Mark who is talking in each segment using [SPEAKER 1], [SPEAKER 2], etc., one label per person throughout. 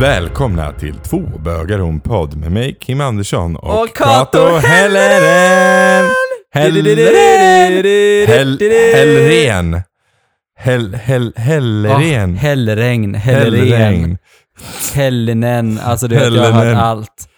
[SPEAKER 1] Välkomna till två bögar och en podd med mig Kim Andersson och,
[SPEAKER 2] Och Kato
[SPEAKER 1] Helleren! Helleren! Hell- Hellren! Hell- Hell- Hellren!
[SPEAKER 2] Hällregn, Hellren, Hellenen. Alltså du vet, jag har hört
[SPEAKER 1] Hellenen.
[SPEAKER 2] allt.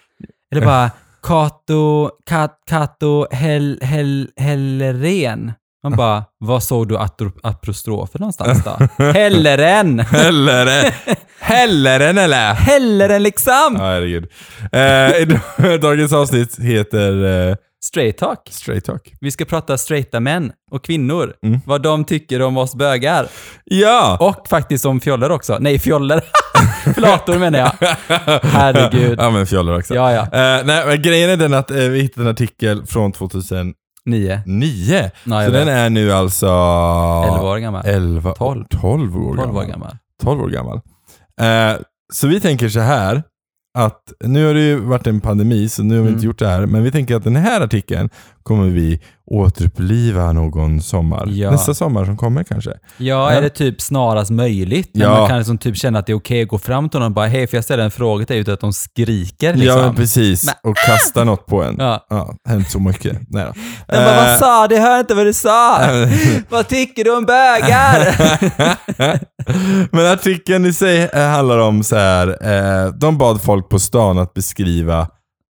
[SPEAKER 2] Eller bara Kato, Kat, Kato, Hell, Hell, Hellren. Man bara, var såg du atro- apostrofen någonstans då? Helleren!
[SPEAKER 1] Helleren! Helleren eller?
[SPEAKER 2] Helleren liksom!
[SPEAKER 1] Ja, herregud. Eh, idag- Dagens avsnitt heter eh,
[SPEAKER 2] Straight talk.
[SPEAKER 1] Straight Talk.
[SPEAKER 2] Vi ska prata straighta män och kvinnor.
[SPEAKER 1] Mm.
[SPEAKER 2] Vad de tycker om oss bögar.
[SPEAKER 1] Ja!
[SPEAKER 2] Och faktiskt om fjollor också. Nej, fjollor. Flator menar jag. Herregud.
[SPEAKER 1] Ja, men fjollor också.
[SPEAKER 2] Ja, ja.
[SPEAKER 1] Eh, nej, men grejen är den att eh, vi hittade en artikel från 2009.
[SPEAKER 2] Nio. Ja, jag
[SPEAKER 1] så
[SPEAKER 2] vet.
[SPEAKER 1] den är nu alltså...
[SPEAKER 2] 11 år gammal.
[SPEAKER 1] 11,
[SPEAKER 2] Tolv.
[SPEAKER 1] 12 år
[SPEAKER 2] 12 år
[SPEAKER 1] gammal.
[SPEAKER 2] gammal.
[SPEAKER 1] 12 år gammal. Eh, så vi tänker så här att nu har det ju varit en pandemi så nu har vi
[SPEAKER 2] Mm.
[SPEAKER 1] inte gjort det här, men vi tänker att den här artikeln kommer vi återuppliva någon sommar.
[SPEAKER 2] Ja.
[SPEAKER 1] Nästa sommar som kommer kanske.
[SPEAKER 2] Ja,
[SPEAKER 1] Ja.
[SPEAKER 2] är det typ snarast möjligt? När
[SPEAKER 1] Ja.
[SPEAKER 2] man kan liksom typ känna att det är okej att gå fram till någon och bara hej, för jag ställer en fråga till dig utan att de skriker liksom.
[SPEAKER 1] Ja, men precis.
[SPEAKER 2] Men-
[SPEAKER 1] Och kasta något på en. Ja.
[SPEAKER 2] Ja.
[SPEAKER 1] hänt så mycket. Nej då.
[SPEAKER 2] Den bara,
[SPEAKER 1] Eh,
[SPEAKER 2] vad sa du? Jag hör inte vad du sa! vad tycker du om bögar?
[SPEAKER 1] Men artikeln i sig eh, handlar om så här. Eh, de bad folk på stan att beskriva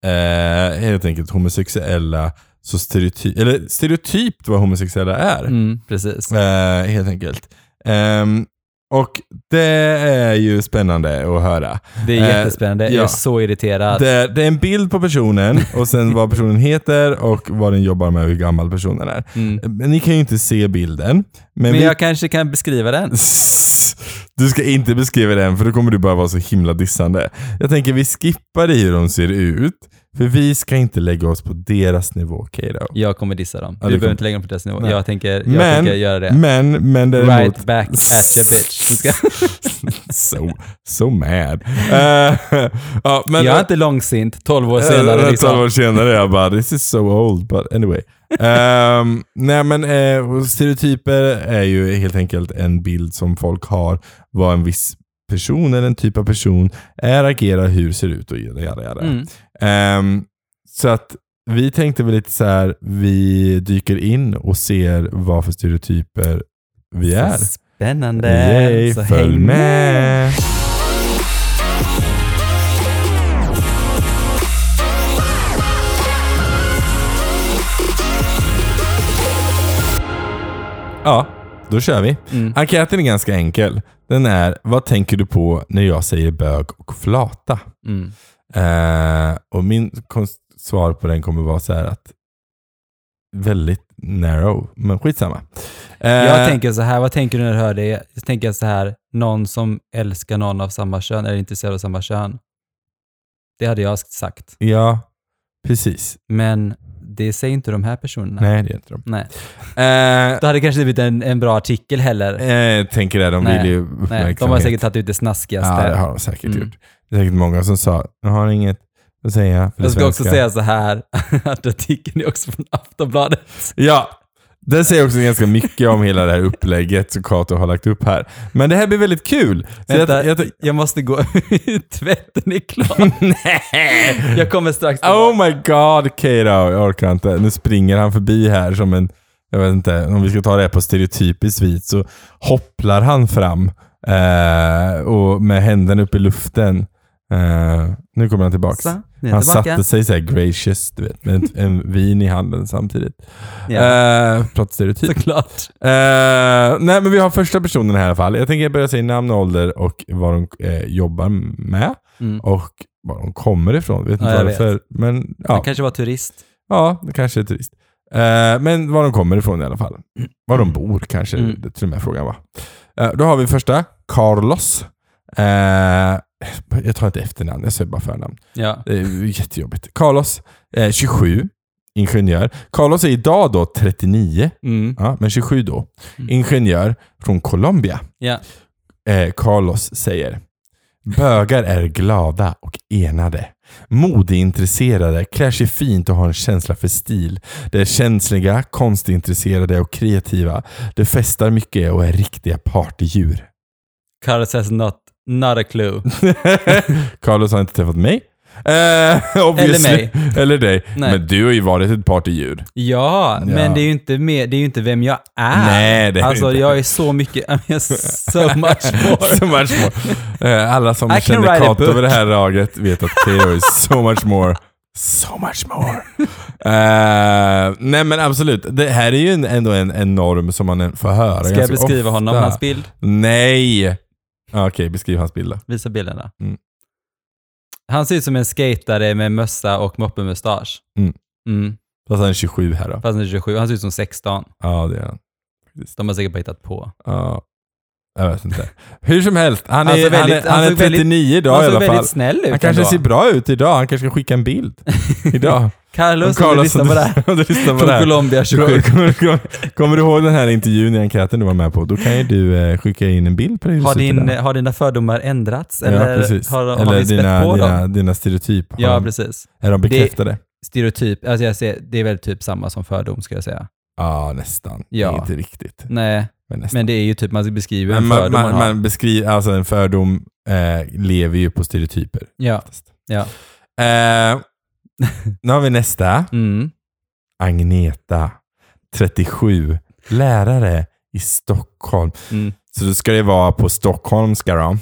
[SPEAKER 1] eh, helt enkelt homosexuella så stereotyp, eller stereotypt vad homosexuella är.
[SPEAKER 2] mm, precis.
[SPEAKER 1] Eh, helt enkelt. Ehm, och det är ju spännande att höra.
[SPEAKER 2] Det är
[SPEAKER 1] Eh,
[SPEAKER 2] jättespännande. Jag är
[SPEAKER 1] ja.
[SPEAKER 2] så irriterad.
[SPEAKER 1] Det, det är en bild på personen och sen vad personen heter och vad den jobbar med och hur gammal personen är.
[SPEAKER 2] Mm.
[SPEAKER 1] Men Ni kan ju inte se bilden. Men,
[SPEAKER 2] Men
[SPEAKER 1] vi...
[SPEAKER 2] jag kanske kan beskriva den.
[SPEAKER 1] Du ska inte beskriva den för då kommer du bara vara så himla dissande. Jag tänker vi skippar i hur de ser ut. För vi ska inte lägga oss på deras nivå, okej då?
[SPEAKER 2] Jag kommer dissa dem.
[SPEAKER 1] Ja,
[SPEAKER 2] du
[SPEAKER 1] det
[SPEAKER 2] behöver
[SPEAKER 1] kommer-
[SPEAKER 2] inte lägga dem på deras nivå.
[SPEAKER 1] Nej.
[SPEAKER 2] Jag tänker, jag
[SPEAKER 1] Men-
[SPEAKER 2] tänker göra det.
[SPEAKER 1] Men, men däremot...
[SPEAKER 2] Right back at you bitch. Ska-
[SPEAKER 1] so, so mad. Eh, ja, men,
[SPEAKER 2] jag är inte långsint, 12 år
[SPEAKER 1] Eh,
[SPEAKER 2] senare
[SPEAKER 1] ett
[SPEAKER 2] liksom.
[SPEAKER 1] halvår senare jag bara this is so old but anyway. Ehm, nej men eh, stereotyper är ju helt enkelt en bild som folk har vad en viss person eller en typ av person är, agerar, hur ser ut och jada jada jada.
[SPEAKER 2] Mm.
[SPEAKER 1] Ehm, så att vi tänkte väl lite så här, vi dyker in och ser vad för stereotyper vi är.
[SPEAKER 2] Spännande.
[SPEAKER 1] Yay,
[SPEAKER 2] Så
[SPEAKER 1] följ
[SPEAKER 2] häng
[SPEAKER 1] med! Ja, då kör vi.
[SPEAKER 2] Mm.
[SPEAKER 1] Enkäten är ganska enkel. Den är, vad tänker du på när jag säger bög och flata?
[SPEAKER 2] Mm.
[SPEAKER 1] Eh, och min konst- svar på den kommer vara så här att väldigt narrow, men skitsamma. Eh,
[SPEAKER 2] Jag tänker så här, vad tänker du när du hör det? Jag tänker så här, någon som älskar någon av samma kön eller är intresserad av samma kön. Det hade jag sagt.
[SPEAKER 1] Ja, precis.
[SPEAKER 2] Men det säger inte de här personerna.
[SPEAKER 1] Nej, det är inte de.
[SPEAKER 2] Nej.
[SPEAKER 1] Eh,
[SPEAKER 2] Då hade det kanske inte blivit en, en bra artikel heller.
[SPEAKER 1] eh, tänker det, de
[SPEAKER 2] Nej,
[SPEAKER 1] vill ju
[SPEAKER 2] Nej,
[SPEAKER 1] uppmärksamhet.
[SPEAKER 2] de har säkert tagit ut det snaskigaste.
[SPEAKER 1] Ja, det har de säkert
[SPEAKER 2] Mm.
[SPEAKER 1] gjort. Det är säkert många som sa, jag har inget att säga för det
[SPEAKER 2] jag ska också
[SPEAKER 1] svenska."
[SPEAKER 2] säga så här, att artikeln är också från Aftonbladet.
[SPEAKER 1] Ja, den säger också ganska mycket om hela det här upplägget som Kato har lagt upp här. Men det här blir väldigt kul. Så jag-
[SPEAKER 2] Vänta,
[SPEAKER 1] jag-
[SPEAKER 2] jag, måste gå ut. Tvätten är klar.
[SPEAKER 1] Nej!
[SPEAKER 2] Jag kommer strax tillbaka.
[SPEAKER 1] Oh my god Kato, jag orkar inte. Nu springer han förbi här som en, jag vet inte, om vi ska ta det här på stereotypiskt vis så hopplar han fram eh, och med händerna upp i luften. Eh, nu kommer han tillbaka.
[SPEAKER 2] Så, nu är
[SPEAKER 1] han
[SPEAKER 2] jag tillbaka.
[SPEAKER 1] satte sig såhär gracious, du vet, med en, en vin i handen samtidigt.
[SPEAKER 2] Ja,
[SPEAKER 1] Eh, Pratar stereotyp.
[SPEAKER 2] såklart.
[SPEAKER 1] Eh, nej men vi har första personen här i alla fall. Jag tänker börja säga namn och ålder och vad de eh, jobbar med
[SPEAKER 2] Mm.
[SPEAKER 1] och var de kommer ifrån. Vet inte
[SPEAKER 2] Ja, jag
[SPEAKER 1] varför. Men ja,
[SPEAKER 2] Han kanske var turist.
[SPEAKER 1] ja, det kanske är trist. Eh, men var de kommer ifrån i alla fall. Var de bor kanske
[SPEAKER 2] Mm.
[SPEAKER 1] det till och med frågan var. Eh, då har vi första, Carlos. Eh, jag tar inte efternamn, jag säger bara förnamn.
[SPEAKER 2] Ja.
[SPEAKER 1] Det är ju jättejobbigt. Carlos, eh, 27, ingenjör. Carlos är idag då 39,
[SPEAKER 2] Mm.
[SPEAKER 1] ja, men 27 då.
[SPEAKER 2] Mm.
[SPEAKER 1] Ingenjör från Colombia.
[SPEAKER 2] Ja.
[SPEAKER 1] Eh, Carlos säger Bögar är glada och enade. Modeintresserade, klär sig fint och har en känsla för stil. De är känsliga, konstintresserade och kreativa. De festar mycket och är riktiga partydjur.
[SPEAKER 2] Carlos has not Not a clue.
[SPEAKER 1] Carlos har inte träffat mig. Eh, obviously.
[SPEAKER 2] mig.
[SPEAKER 1] Eller dig.
[SPEAKER 2] Nej.
[SPEAKER 1] Men du har ju varit ett partydjur.
[SPEAKER 2] Ja, men det är ju inte, med, det är ju inte vem jag är.
[SPEAKER 1] Nej, det är
[SPEAKER 2] Alltså,
[SPEAKER 1] inte.
[SPEAKER 2] jag är så mycket, I'm so much more.
[SPEAKER 1] So much more. Eh, alla som
[SPEAKER 2] I can
[SPEAKER 1] känner
[SPEAKER 2] write a
[SPEAKER 1] Kato
[SPEAKER 2] book.
[SPEAKER 1] över det här laget vet att Kato är so much more. So much more. Eh, nej men absolut, det här är ju en, ändå en, en norm som man får höra
[SPEAKER 2] Ska jag
[SPEAKER 1] ganska
[SPEAKER 2] beskriva
[SPEAKER 1] ofta.
[SPEAKER 2] honom, hans bild?
[SPEAKER 1] Nej! Ah, Okej, beskriv hans bild då.
[SPEAKER 2] Visa bilderna.
[SPEAKER 1] Mm.
[SPEAKER 2] Han ser ut som en skatare med mössa och moppemustasch.
[SPEAKER 1] Mm.
[SPEAKER 2] Mm.
[SPEAKER 1] Fast han är 27 här då.
[SPEAKER 2] Fast han är 27, han ser ut som 16.
[SPEAKER 1] Ja, det är han.
[SPEAKER 2] De har säkert bara hittat på.
[SPEAKER 1] Ja. Jag vet inte. Hur som helst, han är,
[SPEAKER 2] Han såg
[SPEAKER 1] han
[SPEAKER 2] Alltså, väldigt-
[SPEAKER 1] är, han
[SPEAKER 2] han
[SPEAKER 1] är
[SPEAKER 2] såg väldigt-
[SPEAKER 1] 39
[SPEAKER 2] han
[SPEAKER 1] idag i
[SPEAKER 2] såg
[SPEAKER 1] alla fall.
[SPEAKER 2] väldigt snäll ut
[SPEAKER 1] Han kanske
[SPEAKER 2] ändå.
[SPEAKER 1] ser bra ut idag, han kanske ska skicka en bild. Idag.
[SPEAKER 2] Carlos, om du lyssnar på det här.
[SPEAKER 1] om du lyssnar på det
[SPEAKER 2] Från
[SPEAKER 1] här.
[SPEAKER 2] Colombia 27.
[SPEAKER 1] Kommer, kommer, kommer du ihåg den här intervjun i enkäten du var med på? Då kan ju du eh, skicka in en bild på det
[SPEAKER 2] Har, din, har dina fördomar ändrats?
[SPEAKER 1] ja,
[SPEAKER 2] eller
[SPEAKER 1] precis.
[SPEAKER 2] har, har
[SPEAKER 1] Eller
[SPEAKER 2] vi spätt
[SPEAKER 1] dina,
[SPEAKER 2] på dem?
[SPEAKER 1] dina, dina stereotyp. Har
[SPEAKER 2] Ja,
[SPEAKER 1] de,
[SPEAKER 2] precis.
[SPEAKER 1] är de bekräftade?
[SPEAKER 2] Stereotyp, alltså jag ser, det är väl typ samma som fördom skulle jag säga.
[SPEAKER 1] Ja, nästan.
[SPEAKER 2] Ja.
[SPEAKER 1] Inte riktigt.
[SPEAKER 2] Nej,
[SPEAKER 1] Men nästan.
[SPEAKER 2] men det är ju typ man beskriver
[SPEAKER 1] Men
[SPEAKER 2] en
[SPEAKER 1] man,
[SPEAKER 2] fördom
[SPEAKER 1] man,
[SPEAKER 2] man har.
[SPEAKER 1] man beskriver, alltså en fördom eh, lever ju på stereotyper.
[SPEAKER 2] Ja.
[SPEAKER 1] oftast.
[SPEAKER 2] Ja.
[SPEAKER 1] Eh, nu har vi nästa.
[SPEAKER 2] Mm.
[SPEAKER 1] Agneta, 37, lärare i Stockholm.
[SPEAKER 2] Mm.
[SPEAKER 1] Så då ska det vara på stockholmska då.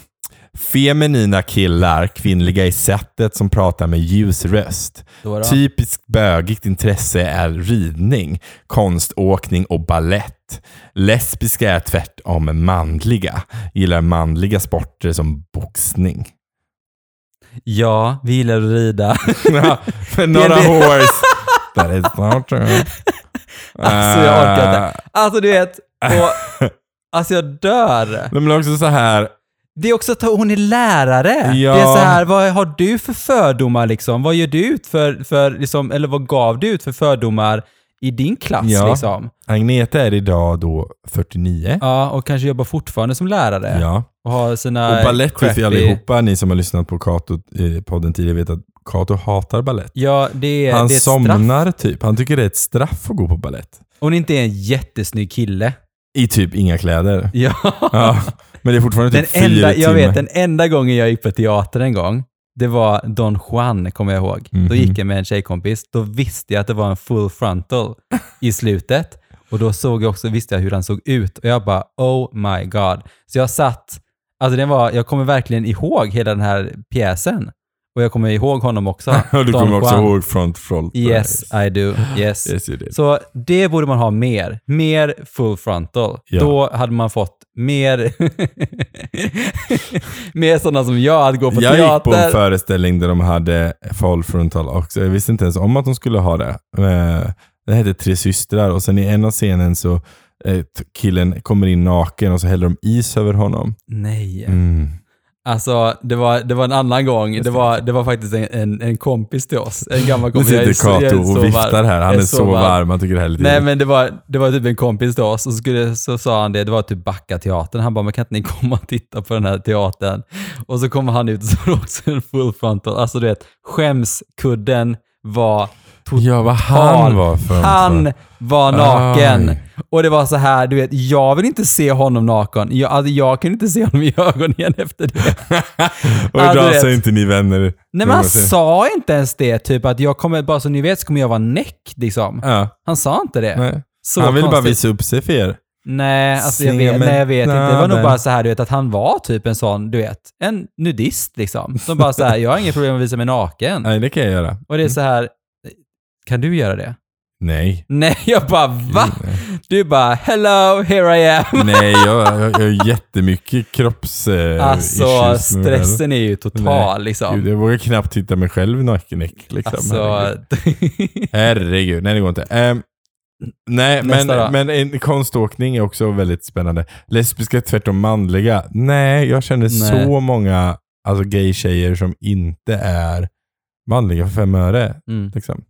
[SPEAKER 1] Feminina killar, kvinnliga i sättet som pratar med ljus röst.
[SPEAKER 2] Då då.
[SPEAKER 1] Typiskt bögigt intresse är ridning, konståkning och ballett. Lesbiska är tvärtom manliga. Gillar manliga sporter som boxning.
[SPEAKER 2] Ja, vi gillar att rida.
[SPEAKER 1] Ja, men not a
[SPEAKER 2] Det är det.
[SPEAKER 1] horse. That is not true. Ah.
[SPEAKER 2] Alltså, jag orkar inte. Alltså du vet, och, alltså jag dör.
[SPEAKER 1] De är också så här,
[SPEAKER 2] Det är också att hon är lärare.
[SPEAKER 1] Ja.
[SPEAKER 2] Det är så här, vad har du för fördomar liksom? Vad gör du ut för, för liksom, eller vad gav du ut för fördomar i din klass
[SPEAKER 1] Ja.
[SPEAKER 2] liksom?
[SPEAKER 1] Agneta är idag då 49.
[SPEAKER 2] Ja, och kanske jobbar fortfarande som lärare.
[SPEAKER 1] Ja.
[SPEAKER 2] Och har sina...
[SPEAKER 1] Och balett vet vi
[SPEAKER 2] crappy-
[SPEAKER 1] allihopa, ni som har lyssnat på Kato i podden tidigare vet att Kato hatar balett.
[SPEAKER 2] Ja, det är,
[SPEAKER 1] Han
[SPEAKER 2] det är ett straff.
[SPEAKER 1] somnar typ. Han tycker det är ett straff att gå på balett.
[SPEAKER 2] Och hon inte är en jättesnygg kille.
[SPEAKER 1] I typ inga kläder.
[SPEAKER 2] Ja.
[SPEAKER 1] Ja. Men det är fortfarande
[SPEAKER 2] Den
[SPEAKER 1] typ fyra
[SPEAKER 2] enda, jag
[SPEAKER 1] timmar.
[SPEAKER 2] vet, den enda gången jag gick på teater en gång, det var Don Juan, kommer jag ihåg.
[SPEAKER 1] Mhm.
[SPEAKER 2] Då gick jag med en tjejkompis. Då visste jag att det var en full frontal i slutet. Och då såg jag också, visste jag hur han såg ut. Och jag bara, oh my god. Så jag satt, alltså den var, jag kommer verkligen ihåg hela den här pjäsen. Och jag kommer ihåg honom också.
[SPEAKER 1] Ja, du
[SPEAKER 2] Don
[SPEAKER 1] kommer också
[SPEAKER 2] Juan.
[SPEAKER 1] ihåg Front Front.
[SPEAKER 2] Yes, I do. Yes.
[SPEAKER 1] yes you did.
[SPEAKER 2] Typ. Så det borde man ha mer. Mer full frontal.
[SPEAKER 1] Ja.
[SPEAKER 2] Då hade man fått mer, mer sådana som jag att gå på
[SPEAKER 1] jag gick på en
[SPEAKER 2] teater.
[SPEAKER 1] föreställning där de hade full frontal också. Jag visste inte ens om att de skulle ha det. Eh, Det hette Tre systrar och sen i en av scenen så eh, t- killen kommer in naken och så häller de is över honom.
[SPEAKER 2] Nej.
[SPEAKER 1] Mm.
[SPEAKER 2] Alltså, det var, det var en annan gång. Det var, det var faktiskt en, en, en kompis till oss. En gammal
[SPEAKER 1] Nu
[SPEAKER 2] kompis. Jag är
[SPEAKER 1] sitter
[SPEAKER 2] så- jag är
[SPEAKER 1] Kato
[SPEAKER 2] så
[SPEAKER 1] och viftar
[SPEAKER 2] varm.
[SPEAKER 1] här. Han
[SPEAKER 2] Jag
[SPEAKER 1] är så varm. Han tycker det här är lite
[SPEAKER 2] Nej
[SPEAKER 1] jobbigt.
[SPEAKER 2] men det var, det var typ en kompis till oss och så, skulle, så sa han det, det var typ Backateatern. Han bara, men kan inte ni komma och titta på den här teatern? Och så kommer han ut och så var det också en full frontal. Alltså du vet, skämskudden var totalt...
[SPEAKER 1] Ja, vad han var för
[SPEAKER 2] Han var naken.
[SPEAKER 1] Aj.
[SPEAKER 2] Och det var så här, du vet, jag vill inte se honom naken. Jag, alltså, jag kan inte se honom i ögonen igen efter det.
[SPEAKER 1] Och
[SPEAKER 2] Ja, du
[SPEAKER 1] idag
[SPEAKER 2] vet.
[SPEAKER 1] så är inte ni vänner.
[SPEAKER 2] Nej men han sa inte ens det, typ att jag kommer, bara så ni vet så kommer jag vara näck liksom.
[SPEAKER 1] Ja,
[SPEAKER 2] Han sa inte det.
[SPEAKER 1] nej.
[SPEAKER 2] Så
[SPEAKER 1] han vill bara
[SPEAKER 2] konstigt.
[SPEAKER 1] visa upp sig för er.
[SPEAKER 2] Nej, alltså jag
[SPEAKER 1] Se
[SPEAKER 2] vet,
[SPEAKER 1] med
[SPEAKER 2] nej, jag vet inte. Det var nog
[SPEAKER 1] naden.
[SPEAKER 2] bara så här, du vet, att han var typ en sån, du vet, en nudist liksom. Som bara så här, jag har inget problem att visa mig naken.
[SPEAKER 1] Nej, det kan jag göra.
[SPEAKER 2] Och det är så här, kan du göra det?
[SPEAKER 1] Nej.
[SPEAKER 2] Nej, jag bara va? Du bara, hello, here I am.
[SPEAKER 1] Nej, jag, jag, jag har jättemycket kropps... Eh,
[SPEAKER 2] Alltså
[SPEAKER 1] issues med det här.
[SPEAKER 2] stressen är ju total
[SPEAKER 1] Gud,
[SPEAKER 2] liksom.
[SPEAKER 1] jag vågar knappt titta mig själv naken. Liksom.
[SPEAKER 2] Alltså,
[SPEAKER 1] Herregud. Herregud, nej det går inte. Ehm, nej, men,
[SPEAKER 2] Nästa då.
[SPEAKER 1] men en konståkning är också väldigt spännande. Lesbiska tvärtom manliga. Nej, jag känner så många alltså, gay-tjejer som inte är manliga för fem öre.
[SPEAKER 2] mm.
[SPEAKER 1] Liksom.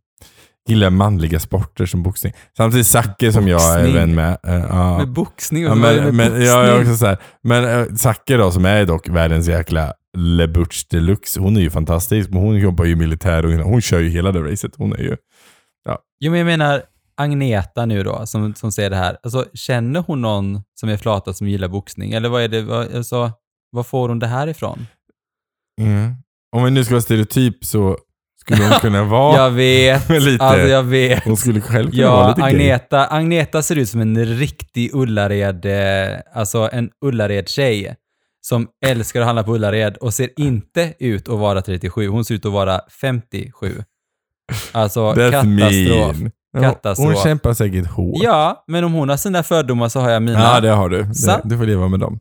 [SPEAKER 1] Gillar manliga sporter som boxning. Samtidigt Zacke som jag är
[SPEAKER 2] Boxning?
[SPEAKER 1] vän med. eh, ja.
[SPEAKER 2] Med boxning
[SPEAKER 1] Ja,
[SPEAKER 2] och med, med
[SPEAKER 1] men, men,
[SPEAKER 2] boxning.
[SPEAKER 1] jag är också så här, men eh, Zacke då, som är dock världens jäkla Le Butch Deluxe, hon är ju fantastisk. Men hon jobbar ju i militär och hon kör ju hela det racet. Hon är ju...
[SPEAKER 2] Jo, men jag menar Agneta nu då, som, som säger det här. Alltså, känner hon någon som är flata som gillar boxning? Eller vad är det? Vad, alltså, Var får hon det här ifrån?
[SPEAKER 1] Mm. Om vi nu ska vara stereotyp så skulle hon kunna vara
[SPEAKER 2] Jag vet.
[SPEAKER 1] lite...
[SPEAKER 2] Alltså jag vet.
[SPEAKER 1] Hon skulle själv kunna vara
[SPEAKER 2] Ja,
[SPEAKER 1] lite gay.
[SPEAKER 2] Agneta, Agneta ser ut som en riktig Ullared, eh, alltså en Ullared-tjej som älskar att handla på Ullared och ser inte ut att vara 37. Hon ser ut att vara 57. Alltså
[SPEAKER 1] That's
[SPEAKER 2] katastrof.
[SPEAKER 1] mean. Ja,
[SPEAKER 2] Katastrof.
[SPEAKER 1] Hon kämpar säkert hårt.
[SPEAKER 2] Ja, men om hon har sina fördomar så har jag mina.
[SPEAKER 1] Ja, det har du. Det,
[SPEAKER 2] Sant.
[SPEAKER 1] du får leva med dem.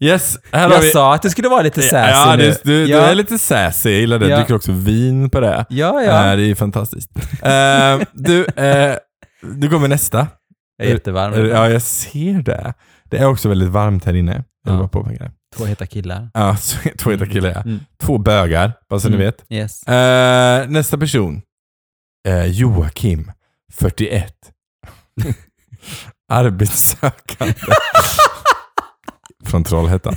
[SPEAKER 1] Yes, här har
[SPEAKER 2] jag
[SPEAKER 1] vi...
[SPEAKER 2] sa att det skulle vara lite sassy
[SPEAKER 1] ja,
[SPEAKER 2] nu.
[SPEAKER 1] det, du,
[SPEAKER 2] ja.
[SPEAKER 1] du är lite sassy. Jag gillar det. Du
[SPEAKER 2] Ja.
[SPEAKER 1] dricker också vin på det. Ja.
[SPEAKER 2] ja, ja.
[SPEAKER 1] det är ju fantastiskt. Eh, du, eh, du kommer nästa.
[SPEAKER 2] Jag är jättevarm.
[SPEAKER 1] äh, Ja, jag ser det. Det är också väldigt varmt här inne. Jag
[SPEAKER 2] Ja.
[SPEAKER 1] vill bara påpeka det.
[SPEAKER 2] Två heta killar.
[SPEAKER 1] Ja, så- två heta killar ja.
[SPEAKER 2] Mm.
[SPEAKER 1] Två bögar, bara så ni
[SPEAKER 2] Mm.
[SPEAKER 1] vet.
[SPEAKER 2] Yes.
[SPEAKER 1] Eh, nästa person. Eh, Joakim, 41. Arbetssökande. Från Trollhättan.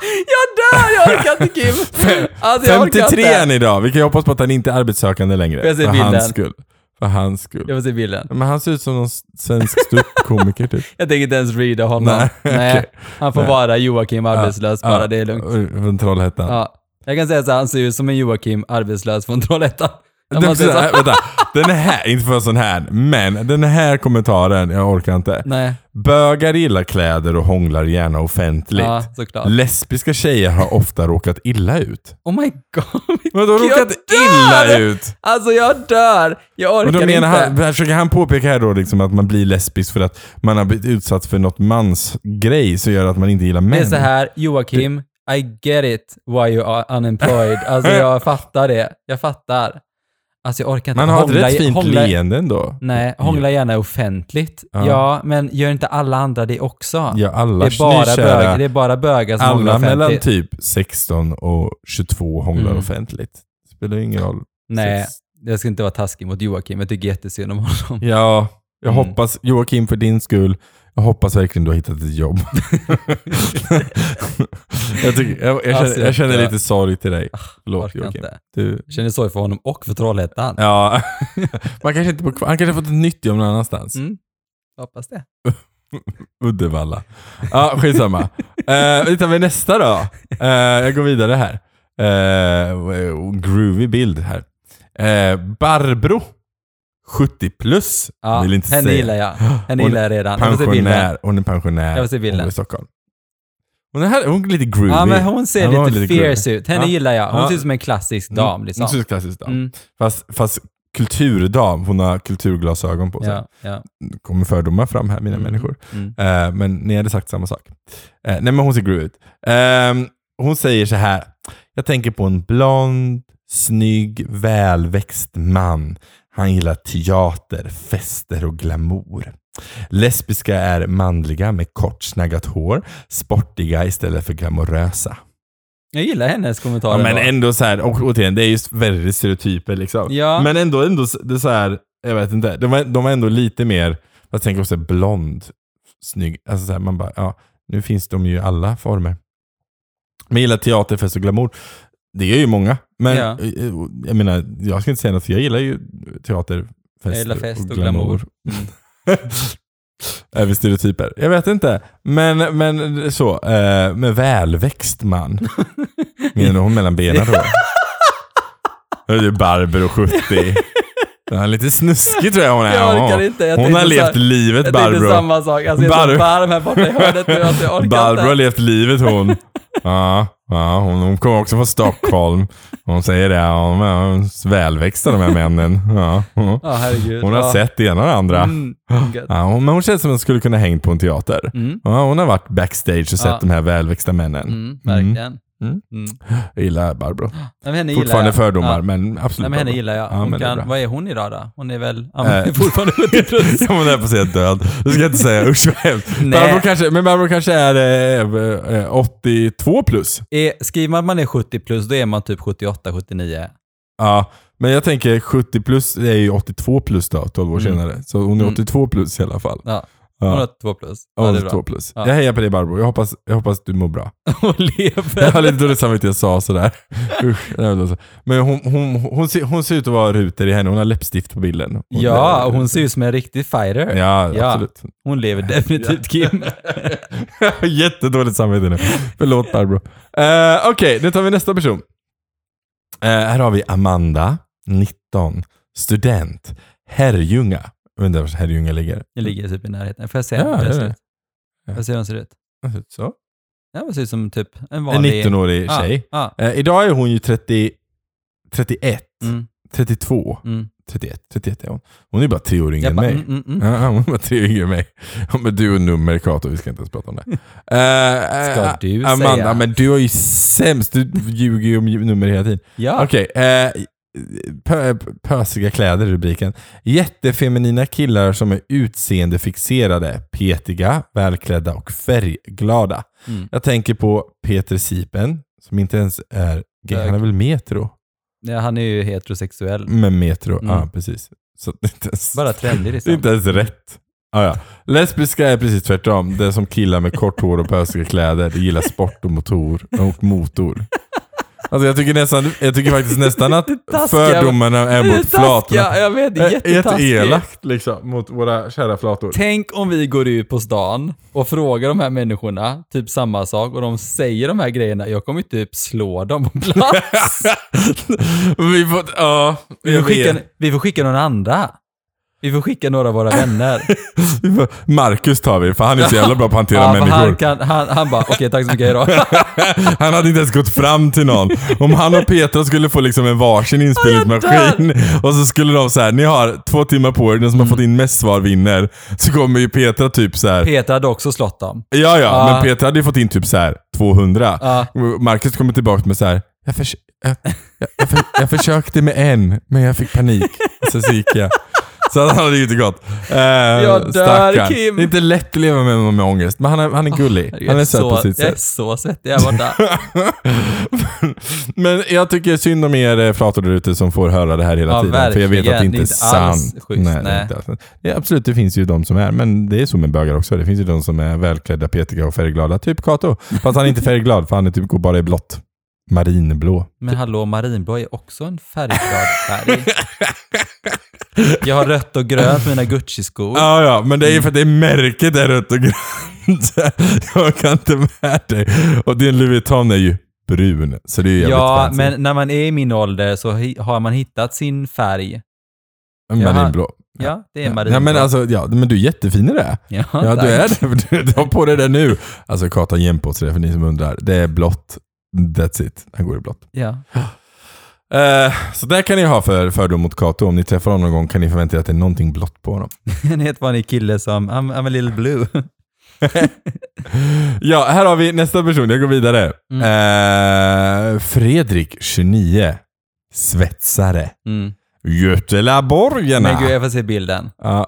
[SPEAKER 2] Jag dör! Jag orkar inte Kim! Alltså, jag orkar
[SPEAKER 1] 53 är
[SPEAKER 2] inte.
[SPEAKER 1] han idag. Vi kan ju hoppas på att han inte är arbetssökande längre.
[SPEAKER 2] Får jag se
[SPEAKER 1] För
[SPEAKER 2] bilden?
[SPEAKER 1] hans skull. För hans skull.
[SPEAKER 2] Jag får se bilden.
[SPEAKER 1] Men han ser ut som någon s- svensk ståuppkomiker typ.
[SPEAKER 2] Jag tänker inte ens reada honom.
[SPEAKER 1] Nej,
[SPEAKER 2] Nej,
[SPEAKER 1] okej.
[SPEAKER 2] han får
[SPEAKER 1] Nej.
[SPEAKER 2] vara Joakim arbetslös bara, det är lugnt.
[SPEAKER 1] Ja, Från Trollhättan.
[SPEAKER 2] Ja. Jag kan säga så här, han ser ut som en Joakim arbetslös från Trollhättan. Om
[SPEAKER 1] Den,
[SPEAKER 2] man säger så.
[SPEAKER 1] här, vänta, den här, inte för en sån här, men den här kommentaren, jag orkar inte.
[SPEAKER 2] Nej,
[SPEAKER 1] Bögar gillar kläder och hånglar gärna offentligt.
[SPEAKER 2] ja, såklart.
[SPEAKER 1] Lesbiska tjejer har ofta råkat illa ut.
[SPEAKER 2] Oh my god, vilken-
[SPEAKER 1] Vadå råkat illa ut?
[SPEAKER 2] alltså jag dör! Jag
[SPEAKER 1] Och
[SPEAKER 2] orkar
[SPEAKER 1] då menar
[SPEAKER 2] inte.
[SPEAKER 1] han, här försöker han påpeka här då liksom att man blir lesbisk för att man har blivit utsatt för något mansgrej som gör att man inte gillar män.
[SPEAKER 2] Det är så här, Joakim, I get it why you are unemployed. Alltså jag fattar det. Jag fattar. Alltså jag orkar inte.
[SPEAKER 1] man har ett
[SPEAKER 2] Hångla-
[SPEAKER 1] rätt fint
[SPEAKER 2] hångla-
[SPEAKER 1] leende ändå.
[SPEAKER 2] Nej, hångla gärna offentligt.
[SPEAKER 1] Ja.
[SPEAKER 2] Ja. men gör inte alla andra det också?
[SPEAKER 1] Ja, alla
[SPEAKER 2] Det är, bara
[SPEAKER 1] nykära-
[SPEAKER 2] bögar, det är bara bögar som hånglar
[SPEAKER 1] Alla
[SPEAKER 2] offentligt.
[SPEAKER 1] mellan typ 16 och 22 hånglar
[SPEAKER 2] Mm.
[SPEAKER 1] offentligt. Spelar ju ingen roll.
[SPEAKER 2] Nej,
[SPEAKER 1] Sex.
[SPEAKER 2] jag ska inte vara taskig mot Joakim. Jag tycker jättesynd om honom.
[SPEAKER 1] Ja, jag
[SPEAKER 2] Mm.
[SPEAKER 1] hoppas, Joakim för din skull, jag hoppas verkligen du har hittat ett jobb. jag, tycker, jag, jag,
[SPEAKER 2] Alltså,
[SPEAKER 1] känner, jag
[SPEAKER 2] jag-
[SPEAKER 1] känner lite sorg till dig.
[SPEAKER 2] Jag
[SPEAKER 1] Förlåt
[SPEAKER 2] orkar
[SPEAKER 1] Joakim.
[SPEAKER 2] inte.
[SPEAKER 1] Du,
[SPEAKER 2] Jag Känner sorg för honom och för Trollhättan.
[SPEAKER 1] ja. Man kanske inte bor kvar. Han kanske har fått ett nytt jobb någon annanstans.
[SPEAKER 2] Mm. Hoppas det.
[SPEAKER 1] Uddevalla. Ja, skitsamma. Eh, Vi tar vi nästa då. Eh, jag går vidare här. Eh, groovy bild här. Eh, Barbro, 70 plus.
[SPEAKER 2] Ja,
[SPEAKER 1] vill inte
[SPEAKER 2] henne
[SPEAKER 1] säga.
[SPEAKER 2] gillar jag. Henne
[SPEAKER 1] Hon
[SPEAKER 2] gillar jag redan. Jag får se bilden.
[SPEAKER 1] Pensionär. Hon är pensionär.
[SPEAKER 2] Jag vill se bilden.
[SPEAKER 1] Hon är i Stockholm. Hon är, här, hon är lite groovy.
[SPEAKER 2] Ja, men hon ser
[SPEAKER 1] Ja,
[SPEAKER 2] lite,
[SPEAKER 1] hon är lite
[SPEAKER 2] fierce ut. Henne
[SPEAKER 1] Ja.
[SPEAKER 2] gillar jag. Hon
[SPEAKER 1] Ja. Mm.
[SPEAKER 2] ser ut som en klassisk dam. Liksom.
[SPEAKER 1] Hon ser ut klassisk dam.
[SPEAKER 2] Mm.
[SPEAKER 1] Fast, fast kulturdam. Hon har kulturglasögon på sig.
[SPEAKER 2] Ja, ja.
[SPEAKER 1] Nu kommer fördomar fram här, mina
[SPEAKER 2] Mm.
[SPEAKER 1] människor.
[SPEAKER 2] Mm.
[SPEAKER 1] Eh, men ni hade sagt samma sak. Eh, nej, men hon ser groovy ut. Ehm, hon säger så här. Jag tänker på en blond, snygg, välväxt man. Han gillar teater, fester och glamour. Lesbiska är manliga med kort snaggat hår, sportiga istället för glamorösa.
[SPEAKER 2] Jag gillar hennes kommentarer.
[SPEAKER 1] Ja, men
[SPEAKER 2] då.
[SPEAKER 1] ändå så här, och återigen, det är just väldigt stereotyper liksom.
[SPEAKER 2] Ja.
[SPEAKER 1] Men ändå, ändå så- det är så här, jag vet inte, de var, de var ändå lite mer, jag tänker också blond, snygg, alltså så här, man bara, ja, nu finns de ju i alla former. Men jag gillar teater, fest och glamour. Det gör ju många, men
[SPEAKER 2] Ja.
[SPEAKER 1] eh, eh, jag menar, jag ska inte säga något, för jag gillar ju teater, fest,
[SPEAKER 2] Jag gillar fest och glamour. Mm.
[SPEAKER 1] Även stereotyper. Jag vet inte. Men, men så. Eh, med välväxt man. Menar hon mellan benen då? Hörru du Barbro 70. Den är lite snuskig tror jag hon är.
[SPEAKER 2] Jag orkar
[SPEAKER 1] Ja.
[SPEAKER 2] inte. Jag
[SPEAKER 1] hon har
[SPEAKER 2] tänkte så här-
[SPEAKER 1] levt livet
[SPEAKER 2] Jag tänkte
[SPEAKER 1] Barbro.
[SPEAKER 2] samma sak. Alltså, jag är
[SPEAKER 1] Barbro.
[SPEAKER 2] så varm här borta i hörnet nu att jag orkar
[SPEAKER 1] Barbro har
[SPEAKER 2] inte.
[SPEAKER 1] levt livet hon. Ja, ja hon, hon kommer också från Stockholm. Hon säger det. Ja, de är välväxta de här männen. Ja, ja.
[SPEAKER 2] Ja, herregud.
[SPEAKER 1] hon har
[SPEAKER 2] ja.
[SPEAKER 1] sett det ena och det andra.
[SPEAKER 2] Mm. gött.
[SPEAKER 1] Ja, hon, men hon känns som att hon skulle kunna hängt på en teater.
[SPEAKER 2] Mm.
[SPEAKER 1] Ja, hon har varit backstage och sett
[SPEAKER 2] Ja.
[SPEAKER 1] de här välväxta männen.
[SPEAKER 2] Mm, verkligen.
[SPEAKER 1] Mm.
[SPEAKER 2] Mm.
[SPEAKER 1] Jag gillar Barbro.
[SPEAKER 2] Nej, men henne gillar
[SPEAKER 1] Fortfarande
[SPEAKER 2] jag.
[SPEAKER 1] fördomar,
[SPEAKER 2] Ja.
[SPEAKER 1] men absolut.
[SPEAKER 2] Nej, men henne
[SPEAKER 1] Barbro.
[SPEAKER 2] gillar jag.
[SPEAKER 1] Ja,
[SPEAKER 2] Hon
[SPEAKER 1] men det är bra.
[SPEAKER 2] kan, vad är hon idag då? Hon är väl ja,
[SPEAKER 1] Eh.
[SPEAKER 2] men fortfarande 70 plus.
[SPEAKER 1] Ja, men jag på att säga död. Det ska jag inte säga. Usch vad hemskt.
[SPEAKER 2] Nej.
[SPEAKER 1] Barbro kanske, men Barbro kanske är eh, eh, 82 plus.
[SPEAKER 2] Är- Skriver man att man är 70 plus, då är man typ 78-79.
[SPEAKER 1] Ja, men jag tänker 70 plus är ju 82 plus då, 12 år
[SPEAKER 2] Mm.
[SPEAKER 1] senare. Så hon är
[SPEAKER 2] Mm.
[SPEAKER 1] 82 plus i alla fall.
[SPEAKER 2] Ja. Hon har
[SPEAKER 1] Ja.
[SPEAKER 2] två plus. Ja, det är
[SPEAKER 1] Ja, två
[SPEAKER 2] bra.
[SPEAKER 1] plus.
[SPEAKER 2] Ja.
[SPEAKER 1] Jag hejar på dig Barbro. Jag hoppas, jag hoppas du mår bra.
[SPEAKER 2] Hon
[SPEAKER 1] Jag
[SPEAKER 2] lever.
[SPEAKER 1] har lite dåligt samvete jag sa sådär. Usch, det här var så. Men hon, hon, hon, ser, hon ser ut att vara ruter i henne. Hon har läppstift på bilden. Hon-
[SPEAKER 2] Ja, och hon ser ut som en riktig fighter.
[SPEAKER 1] Ja,
[SPEAKER 2] Ja.
[SPEAKER 1] absolut.
[SPEAKER 2] Hon lever definitivt Kim.
[SPEAKER 1] Jag har jättedåligt samvete nu. Förlåt Barbro. Eh, Okej, nu tar vi nästa person. Eh, här har vi Amanda, 19, student, Herrljunga. Undrar var Herrljunga ligger.
[SPEAKER 2] Jag ligger typ i närheten. Får jag se
[SPEAKER 1] Ja,
[SPEAKER 2] hur den
[SPEAKER 1] det är
[SPEAKER 2] ser
[SPEAKER 1] det.
[SPEAKER 2] ut? Får jag se hur den ser ut?
[SPEAKER 1] Så.
[SPEAKER 2] Ja, hon ser ut som typ en
[SPEAKER 1] En
[SPEAKER 2] vanlig... Ah.
[SPEAKER 1] 19-årig tjej.
[SPEAKER 2] Ja,
[SPEAKER 1] Eh, idag är hon ju 30, 31,
[SPEAKER 2] ja. Mm,
[SPEAKER 1] 32,
[SPEAKER 2] mm.
[SPEAKER 1] 31, 31 är hon. Hon är bara tre år yngre
[SPEAKER 2] Jag
[SPEAKER 1] än
[SPEAKER 2] bara,
[SPEAKER 1] mig.
[SPEAKER 2] mm, mm, mm.
[SPEAKER 1] Ja, hon är bara tre år yngre än mig. Ja, men du och nummer Kato, vi ska inte ens prata om det. Eh, eh,
[SPEAKER 2] Ska du
[SPEAKER 1] Amanda,
[SPEAKER 2] säga?
[SPEAKER 1] men du har ju sämst. Du ljuger ju om nummer hela tiden.
[SPEAKER 2] Ja,
[SPEAKER 1] Okej, eh, pö, pösiga kläder är rubriken. Jättefeminina killar som är utseendefixerade, petiga, välklädda och färgglada.
[SPEAKER 2] Mm.
[SPEAKER 1] Jag tänker på Peter Sipen, som inte ens är gay.
[SPEAKER 2] Bög.
[SPEAKER 1] Han är väl metro?
[SPEAKER 2] Ja, han är ju heterosexuell.
[SPEAKER 1] Men metro,
[SPEAKER 2] Mm.
[SPEAKER 1] ja precis. Så det är inte ens,
[SPEAKER 2] Bara trendig
[SPEAKER 1] det är
[SPEAKER 2] liksom.
[SPEAKER 1] inte ens rätt. Ah, ja. Lesbiska är precis tvärtom. Det är som killar med kort hår och pösiga kläder. De gillar sport och motor. Och motor. Alltså jag tycker, nästan, jag tycker faktiskt nästan att
[SPEAKER 2] Taskiga-
[SPEAKER 1] fördomarna är mot flatorna.
[SPEAKER 2] Taskiga, jag vet.
[SPEAKER 1] Eh,
[SPEAKER 2] Jättetaskiga.
[SPEAKER 1] Jätteelakt liksom mot våra kära flator.
[SPEAKER 2] Tänk om vi går ut på stan och frågar de här människorna typ samma sak och de säger de här grejerna. Jag kommer ju typ slå dem på plats.
[SPEAKER 1] vi får, ja,
[SPEAKER 2] Vi får,
[SPEAKER 1] jag
[SPEAKER 2] skicka,
[SPEAKER 1] vet.
[SPEAKER 2] vi får skicka någon andra. Vi får skicka några av våra vänner.
[SPEAKER 1] Vi får- Marcus tar vi, för han är så jävla bra på att hantera
[SPEAKER 2] Ja, för
[SPEAKER 1] människor.
[SPEAKER 2] han, kan, han, han bara, okej tack så mycket, hejdå.
[SPEAKER 1] Han hade inte ens gått fram till någon. Om han och Petra skulle få liksom en varsin inspelningsmaskin och så skulle de så här, ni har två timmar på er, den som har fått in mest svar vinner. Så kommer ju Petra typ så här.
[SPEAKER 2] Peter hade också slått dem.
[SPEAKER 1] ja ja,
[SPEAKER 2] Ah.
[SPEAKER 1] men Petra hade ju fått in typ så här 200.
[SPEAKER 2] Ja.
[SPEAKER 1] Marcus kommer tillbaka med så här, jag, förs- jag, jag, jag, för- jag försökte med en, men jag fick panik. Och så, så gick jag. Så han hade ju inte gått. Eh,
[SPEAKER 2] Jag dör,
[SPEAKER 1] stackarn.
[SPEAKER 2] Kim.
[SPEAKER 1] Det är inte lätt att leva med någon med ångest, men han är, han är gullig. han är söt på sitt
[SPEAKER 2] Jag är
[SPEAKER 1] sätt.
[SPEAKER 2] så svettig här borta.
[SPEAKER 1] Men jag tycker synd om er eh, flator där ute som får höra det här hela
[SPEAKER 2] Ja,
[SPEAKER 1] tiden. För jag vet
[SPEAKER 2] verkligen.
[SPEAKER 1] att det inte är,
[SPEAKER 2] alls
[SPEAKER 1] sant.
[SPEAKER 2] schysst,
[SPEAKER 1] Nej, det är
[SPEAKER 2] nej.
[SPEAKER 1] inte alls sant. Ja, absolut, det finns ju de som är, men det är så med bögar också. Det finns ju de som är välklädda, petiga och färgglada. Typ Kato. Fast han är inte färgglad, för han är typ, går bara i blått. Marinblå.
[SPEAKER 2] Men hallå, marinblå är också en färgglad färg. Jag har rött och grönt på mina Gucci-skor.
[SPEAKER 1] Ja, ja, men
[SPEAKER 2] Mm.
[SPEAKER 1] det är ju för att det är märket där rött och grönt. Jag kan inte med dig. Och din Louis Vuitton är ju brun, så det är ju jävligt
[SPEAKER 2] Ja,
[SPEAKER 1] fancy.
[SPEAKER 2] men när man är i min ålder så hi- har man hittat sin färg.
[SPEAKER 1] Marinblå.
[SPEAKER 2] Ja, det är marinblå.
[SPEAKER 1] Ja, men alltså, ja, men du är jättefin i det.
[SPEAKER 2] Ja,
[SPEAKER 1] Ja,
[SPEAKER 2] tack.
[SPEAKER 1] du är det. Du- Du har på dig det nu. Alltså Kata Jämpås, det är för ni som undrar. Det är blått. That's it. Han går i blått.
[SPEAKER 2] Ja.
[SPEAKER 1] Eh, så där kan ni ha för fördom mot Kato. Om ni träffar honom någon gång kan ni förvänta er att det är någonting blått på honom.
[SPEAKER 2] En helt vanlig kille som, I'm, I'm a little blue.
[SPEAKER 1] Ja, här har vi nästa person. Jag går vidare.
[SPEAKER 2] Mm.
[SPEAKER 1] Eh, Fredrik, 29. Svetsare.
[SPEAKER 2] Mm.
[SPEAKER 1] Götelaborgarna.
[SPEAKER 2] Men gud, jag får se bilden.
[SPEAKER 1] Ja,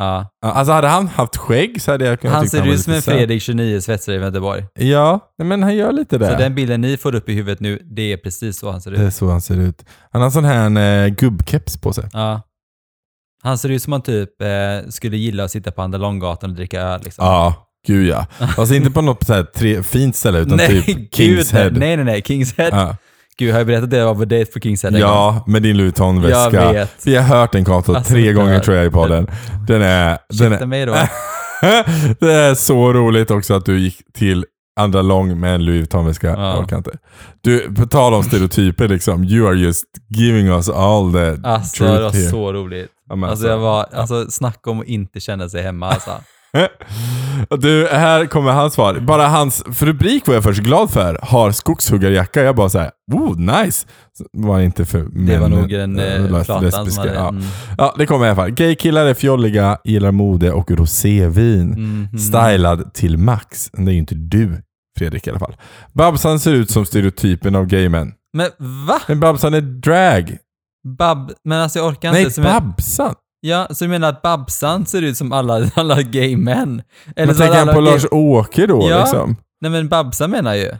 [SPEAKER 2] Ja.
[SPEAKER 1] alltså hade han haft skägg så hade jag kunnat
[SPEAKER 2] Han
[SPEAKER 1] tyckt
[SPEAKER 2] ser
[SPEAKER 1] var
[SPEAKER 2] ut som
[SPEAKER 1] lite
[SPEAKER 2] en
[SPEAKER 1] söt.
[SPEAKER 2] Fredrik 29 svetsare i Göteborg.
[SPEAKER 1] Ja, men han gör lite det.
[SPEAKER 2] Så den bilden ni får upp i huvudet nu, det är precis så han ser
[SPEAKER 1] Det är
[SPEAKER 2] ut.
[SPEAKER 1] så han ser ut. Han har sån här eh, gubbkeps på sig.
[SPEAKER 2] Ja. Han ser ut som han typ eh, skulle gilla att sitta på Andra Långgatan och dricka öl. Liksom.
[SPEAKER 1] Ja, gud ja. Alltså inte på något så här tre, fint ställe utan
[SPEAKER 2] nej,
[SPEAKER 1] typ
[SPEAKER 2] gud,
[SPEAKER 1] Kings Head.
[SPEAKER 2] nej, nej, nej, Kingshead.
[SPEAKER 1] Ja.
[SPEAKER 2] Gud, har jag berättat att jag var på dejt på Kingshead en gång?
[SPEAKER 1] ja, med din Louis
[SPEAKER 2] Jag
[SPEAKER 1] Vuitton-väska.
[SPEAKER 2] vet.
[SPEAKER 1] Vi har hört den Kato
[SPEAKER 2] Alltså,
[SPEAKER 1] tre
[SPEAKER 2] den
[SPEAKER 1] gånger
[SPEAKER 2] där-
[SPEAKER 1] tror jag i podden. Den är... Den
[SPEAKER 2] Ursäkta
[SPEAKER 1] är
[SPEAKER 2] mig då.
[SPEAKER 1] det är så roligt också att du gick till andra lång med en Louis Vuitton-väska.
[SPEAKER 2] Ja.
[SPEAKER 1] Jag orkar inte. Du, på tal om stereotyper liksom. You are just giving us all the
[SPEAKER 2] Alltså,
[SPEAKER 1] truth
[SPEAKER 2] det var
[SPEAKER 1] here.
[SPEAKER 2] så roligt.
[SPEAKER 1] Ja, men
[SPEAKER 2] Alltså, jag var, alltså, snacka om att inte känna sig hemma alltså.
[SPEAKER 1] Och Du, här kommer hans svar. Bara hans för rubrik var jag först glad för. Har skogshuggarjacka. Jag bara såhär, oh nice. Så Var inte för
[SPEAKER 2] Det var
[SPEAKER 1] män,
[SPEAKER 2] nog en
[SPEAKER 1] eh,
[SPEAKER 2] eh,
[SPEAKER 1] les-
[SPEAKER 2] flatan som hade...
[SPEAKER 1] ja.
[SPEAKER 2] Mm,
[SPEAKER 1] ja, det kommer i alla fall. Gaykillar är fjolliga, gillar mode och rosévin.
[SPEAKER 2] mm, mm.
[SPEAKER 1] Stylad till max. Det är ju inte du, Fredrik i alla fall. Babsan ser ut som stereotypen av gaymän.
[SPEAKER 2] Men va?
[SPEAKER 1] Men Babsan är drag.
[SPEAKER 2] Bab... Men alltså jag orkar
[SPEAKER 1] Nej,
[SPEAKER 2] inte. så jag-
[SPEAKER 1] Babsan.
[SPEAKER 2] Ja, så du menar att Babsan ser ut som alla, alla gay män? Eller
[SPEAKER 1] Men
[SPEAKER 2] så
[SPEAKER 1] tänker
[SPEAKER 2] alla
[SPEAKER 1] han på
[SPEAKER 2] gay-
[SPEAKER 1] Lars-Åke då
[SPEAKER 2] Ja.
[SPEAKER 1] liksom?
[SPEAKER 2] Nej men Babsan menar jag ju.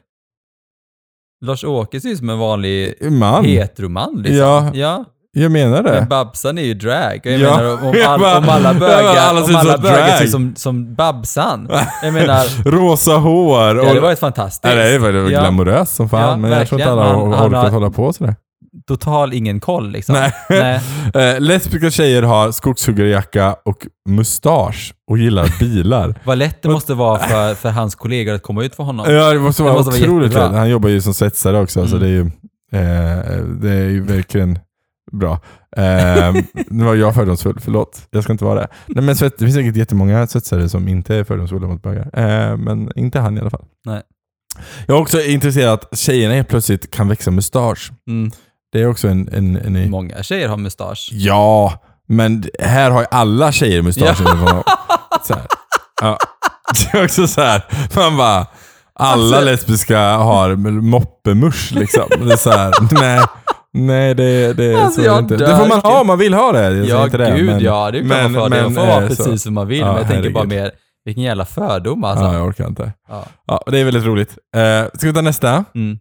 [SPEAKER 2] Lars-Åke ser ut som en vanlig
[SPEAKER 1] Man.
[SPEAKER 2] heteroman liksom.
[SPEAKER 1] Ja.
[SPEAKER 2] ja.
[SPEAKER 1] Jag menar det.
[SPEAKER 2] Men Babsan är ju drag. Jag
[SPEAKER 1] Ja.
[SPEAKER 2] menar om,
[SPEAKER 1] Jag
[SPEAKER 2] all,
[SPEAKER 1] bara-
[SPEAKER 2] om alla
[SPEAKER 1] jag bara,
[SPEAKER 2] bögar,
[SPEAKER 1] alla ser
[SPEAKER 2] om
[SPEAKER 1] ut
[SPEAKER 2] alla
[SPEAKER 1] som
[SPEAKER 2] bögar
[SPEAKER 1] drag.
[SPEAKER 2] ser ut som, som Babsan. Jag menar,
[SPEAKER 1] Rosa hår.
[SPEAKER 2] det
[SPEAKER 1] Och,
[SPEAKER 2] hade varit fantastiskt.
[SPEAKER 1] Nej, det var, det var
[SPEAKER 2] Ja.
[SPEAKER 1] glamoröst som fan,
[SPEAKER 2] Ja,
[SPEAKER 1] men jag tror inte alla
[SPEAKER 2] verkligen.
[SPEAKER 1] har
[SPEAKER 2] Han-
[SPEAKER 1] orkat
[SPEAKER 2] han har-
[SPEAKER 1] hålla på sådär.
[SPEAKER 2] Total ingen koll liksom.
[SPEAKER 1] Nej.
[SPEAKER 2] Nej.
[SPEAKER 1] Eh, lesbiska tjejer har skogshuggarjacka och mustasch och gillar bilar.
[SPEAKER 2] Vad lätt det måste vara för, för hans kollegor att komma ut för honom.
[SPEAKER 1] Ja, det måste vara
[SPEAKER 2] Det måste vara
[SPEAKER 1] otroligt
[SPEAKER 2] jättebra.
[SPEAKER 1] lätt. Han jobbar ju som svetsare också, så
[SPEAKER 2] Mm.
[SPEAKER 1] det är ju, eh, det är ju verkligen bra. Eh, nu var jag fördomsfull, förlåt. Jag ska inte vara det. Nej, men svets, det finns säkert jättemånga svetsare som inte är fördomsfulla mot bögar. Eh, men inte han i alla fall.
[SPEAKER 2] Nej.
[SPEAKER 1] Jag är också intresserad att tjejerna helt plötsligt kan växa mustasch.
[SPEAKER 2] Mm.
[SPEAKER 1] Det är också en, en, en ny...
[SPEAKER 2] Många tjejer har mustasch.
[SPEAKER 1] Ja, men här har ju alla tjejer mustasch. Ja. Så här. Ja. Det är också så här. man bara, alla
[SPEAKER 2] Alltså-
[SPEAKER 1] lesbiska har moppemusch liksom. Det är så här, nej, nej det, det, så
[SPEAKER 2] Alltså,
[SPEAKER 1] är det
[SPEAKER 2] jag
[SPEAKER 1] inte.
[SPEAKER 2] dör.
[SPEAKER 1] Det får man ha om man vill ha det. Jag säger
[SPEAKER 2] Ja,
[SPEAKER 1] inte det,
[SPEAKER 2] gud
[SPEAKER 1] men-
[SPEAKER 2] ja. Det är klart man
[SPEAKER 1] men-
[SPEAKER 2] får. det. Man
[SPEAKER 1] men,
[SPEAKER 2] får vara
[SPEAKER 1] eh, så.
[SPEAKER 2] precis som man vill.
[SPEAKER 1] Ja,
[SPEAKER 2] men jag tänker
[SPEAKER 1] herregud.
[SPEAKER 2] bara mer, vilken jävla fördom alltså.
[SPEAKER 1] Ja,
[SPEAKER 2] Ja,
[SPEAKER 1] jag orkar inte. Ja, det är väldigt roligt. Eh, ska vi ta nästa?
[SPEAKER 2] Mm.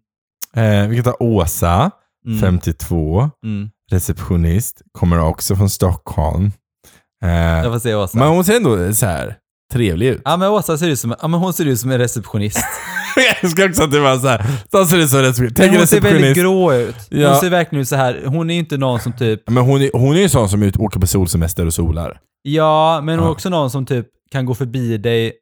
[SPEAKER 1] Eh, vi kan ta Åsa,
[SPEAKER 2] Mm.
[SPEAKER 1] 52,
[SPEAKER 2] Mm.
[SPEAKER 1] receptionist, kommer också från Stockholm. Eh,
[SPEAKER 2] Jag får se Åsa.
[SPEAKER 1] men hon ser ändå så här trevlig ut.
[SPEAKER 2] Ja men Åsa ser ut som, ja, men hon ser ut som en receptionist.
[SPEAKER 1] Jag älskar också att du bara såhär, så ser ut som receptionist.
[SPEAKER 2] Men
[SPEAKER 1] Tänk
[SPEAKER 2] hon ser väldigt
[SPEAKER 1] receptionist.
[SPEAKER 2] grå ut. Hon
[SPEAKER 1] Ja.
[SPEAKER 2] ser verkligen ut så här. hon är ju inte någon som typ,
[SPEAKER 1] Men hon är, hon är ju sån som ut, åker på solsemester och solar.
[SPEAKER 2] ja men hon är
[SPEAKER 1] Ja.
[SPEAKER 2] också någon som typ kan gå förbi dig,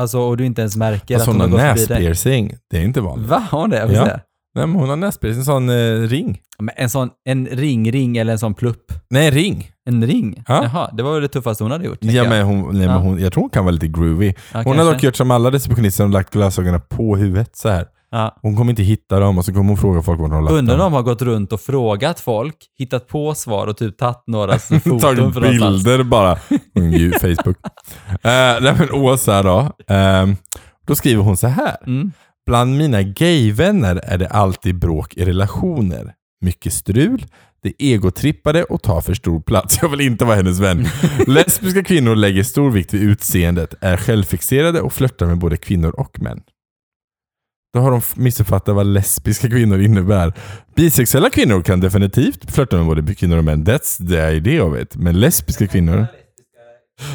[SPEAKER 2] alltså och du inte ens märker
[SPEAKER 1] Fast
[SPEAKER 2] att
[SPEAKER 1] Alltså, hon
[SPEAKER 2] hon
[SPEAKER 1] har
[SPEAKER 2] har gått förbi dig.
[SPEAKER 1] näspiercing. Det är inte vanligt.
[SPEAKER 2] Va? Har hon det? Jag får
[SPEAKER 1] Ja.
[SPEAKER 2] se.
[SPEAKER 1] Nej, men hon har näspiercing. En sån eh, ring.
[SPEAKER 2] Men en sån, en ring-ring eller en sån plupp?
[SPEAKER 1] Nej, ring.
[SPEAKER 2] En ring?
[SPEAKER 1] Ja.
[SPEAKER 2] Jaha, det var väl det tuffaste hon hade gjort? tänker
[SPEAKER 1] Ja,
[SPEAKER 2] jag.
[SPEAKER 1] men hon, nej,
[SPEAKER 2] Ja.
[SPEAKER 1] men hon, jag tror hon kan vara lite groovy.
[SPEAKER 2] Ja,
[SPEAKER 1] Hon har
[SPEAKER 2] kanske.
[SPEAKER 1] dock gjort som alla receptionister och lagt glasögonen på huvudet så här.
[SPEAKER 2] Ja.
[SPEAKER 1] Hon kommer inte hitta dem och så kommer hon fråga folk var de har lagt
[SPEAKER 2] Undrar om
[SPEAKER 1] dem.
[SPEAKER 2] de har gått runt och frågat folk, hittat på svar och typ tagit några foton
[SPEAKER 1] Tagit
[SPEAKER 2] från någonstans.
[SPEAKER 1] bilder bara. Hon är ju Facebook. Eh, nej, men Åsa då. Ehm, då skriver hon så här.
[SPEAKER 2] Mm.
[SPEAKER 1] Bland mina gayvänner är det alltid bråk i relationer. Mycket strul, det egotrippade och tar för stor plats. Jag vill inte vara hennes vän. Lesbiska kvinnor lägger stor vikt vid utseendet, är självfixerade och flörtar med både kvinnor och män. Då har de f- missuppfattat vad lesbiska kvinnor innebär. Bisexuella kvinnor kan definitivt flörta med både kvinnor och män. That's the idea of it. Men lesbiska kvinnor...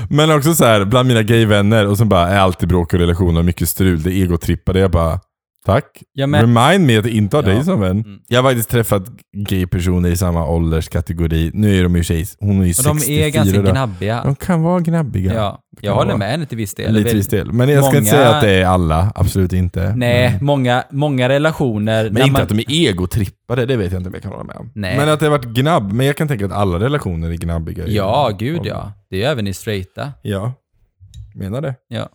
[SPEAKER 1] Men också så här, bland mina gayvänner och sen bara är alltid bråk och relationer och mycket strul. Det egotrippade. Jag bara, tack.
[SPEAKER 2] Ja, men,
[SPEAKER 1] Remind me att inte ha
[SPEAKER 2] Ja.
[SPEAKER 1] dig som vän.
[SPEAKER 2] Mm.
[SPEAKER 1] Jag har faktiskt träffat gay-personer i samma ålderskategori. Nu är de ju tjej, hon är ju
[SPEAKER 2] och de
[SPEAKER 1] 64
[SPEAKER 2] är ganska
[SPEAKER 1] då.
[SPEAKER 2] gnabbiga.
[SPEAKER 1] De kan vara gnabbiga.
[SPEAKER 2] Ja, jag
[SPEAKER 1] kan
[SPEAKER 2] håller
[SPEAKER 1] vara.
[SPEAKER 2] med henne till viss del.
[SPEAKER 1] Lite viss del. Men jag ska
[SPEAKER 2] många-
[SPEAKER 1] inte säga att det är alla. Absolut inte.
[SPEAKER 2] Nej, många, många relationer...
[SPEAKER 1] Men inte att de är egotrippade, det vet jag inte om jag kan hålla med om.
[SPEAKER 2] Nej.
[SPEAKER 1] Men att det har varit gnabb. Men jag kan tänka att alla relationer är gnabbiga.
[SPEAKER 2] Ja, gud ja. Det är ju även i straighta.
[SPEAKER 1] Ja, menar det.
[SPEAKER 2] Ja.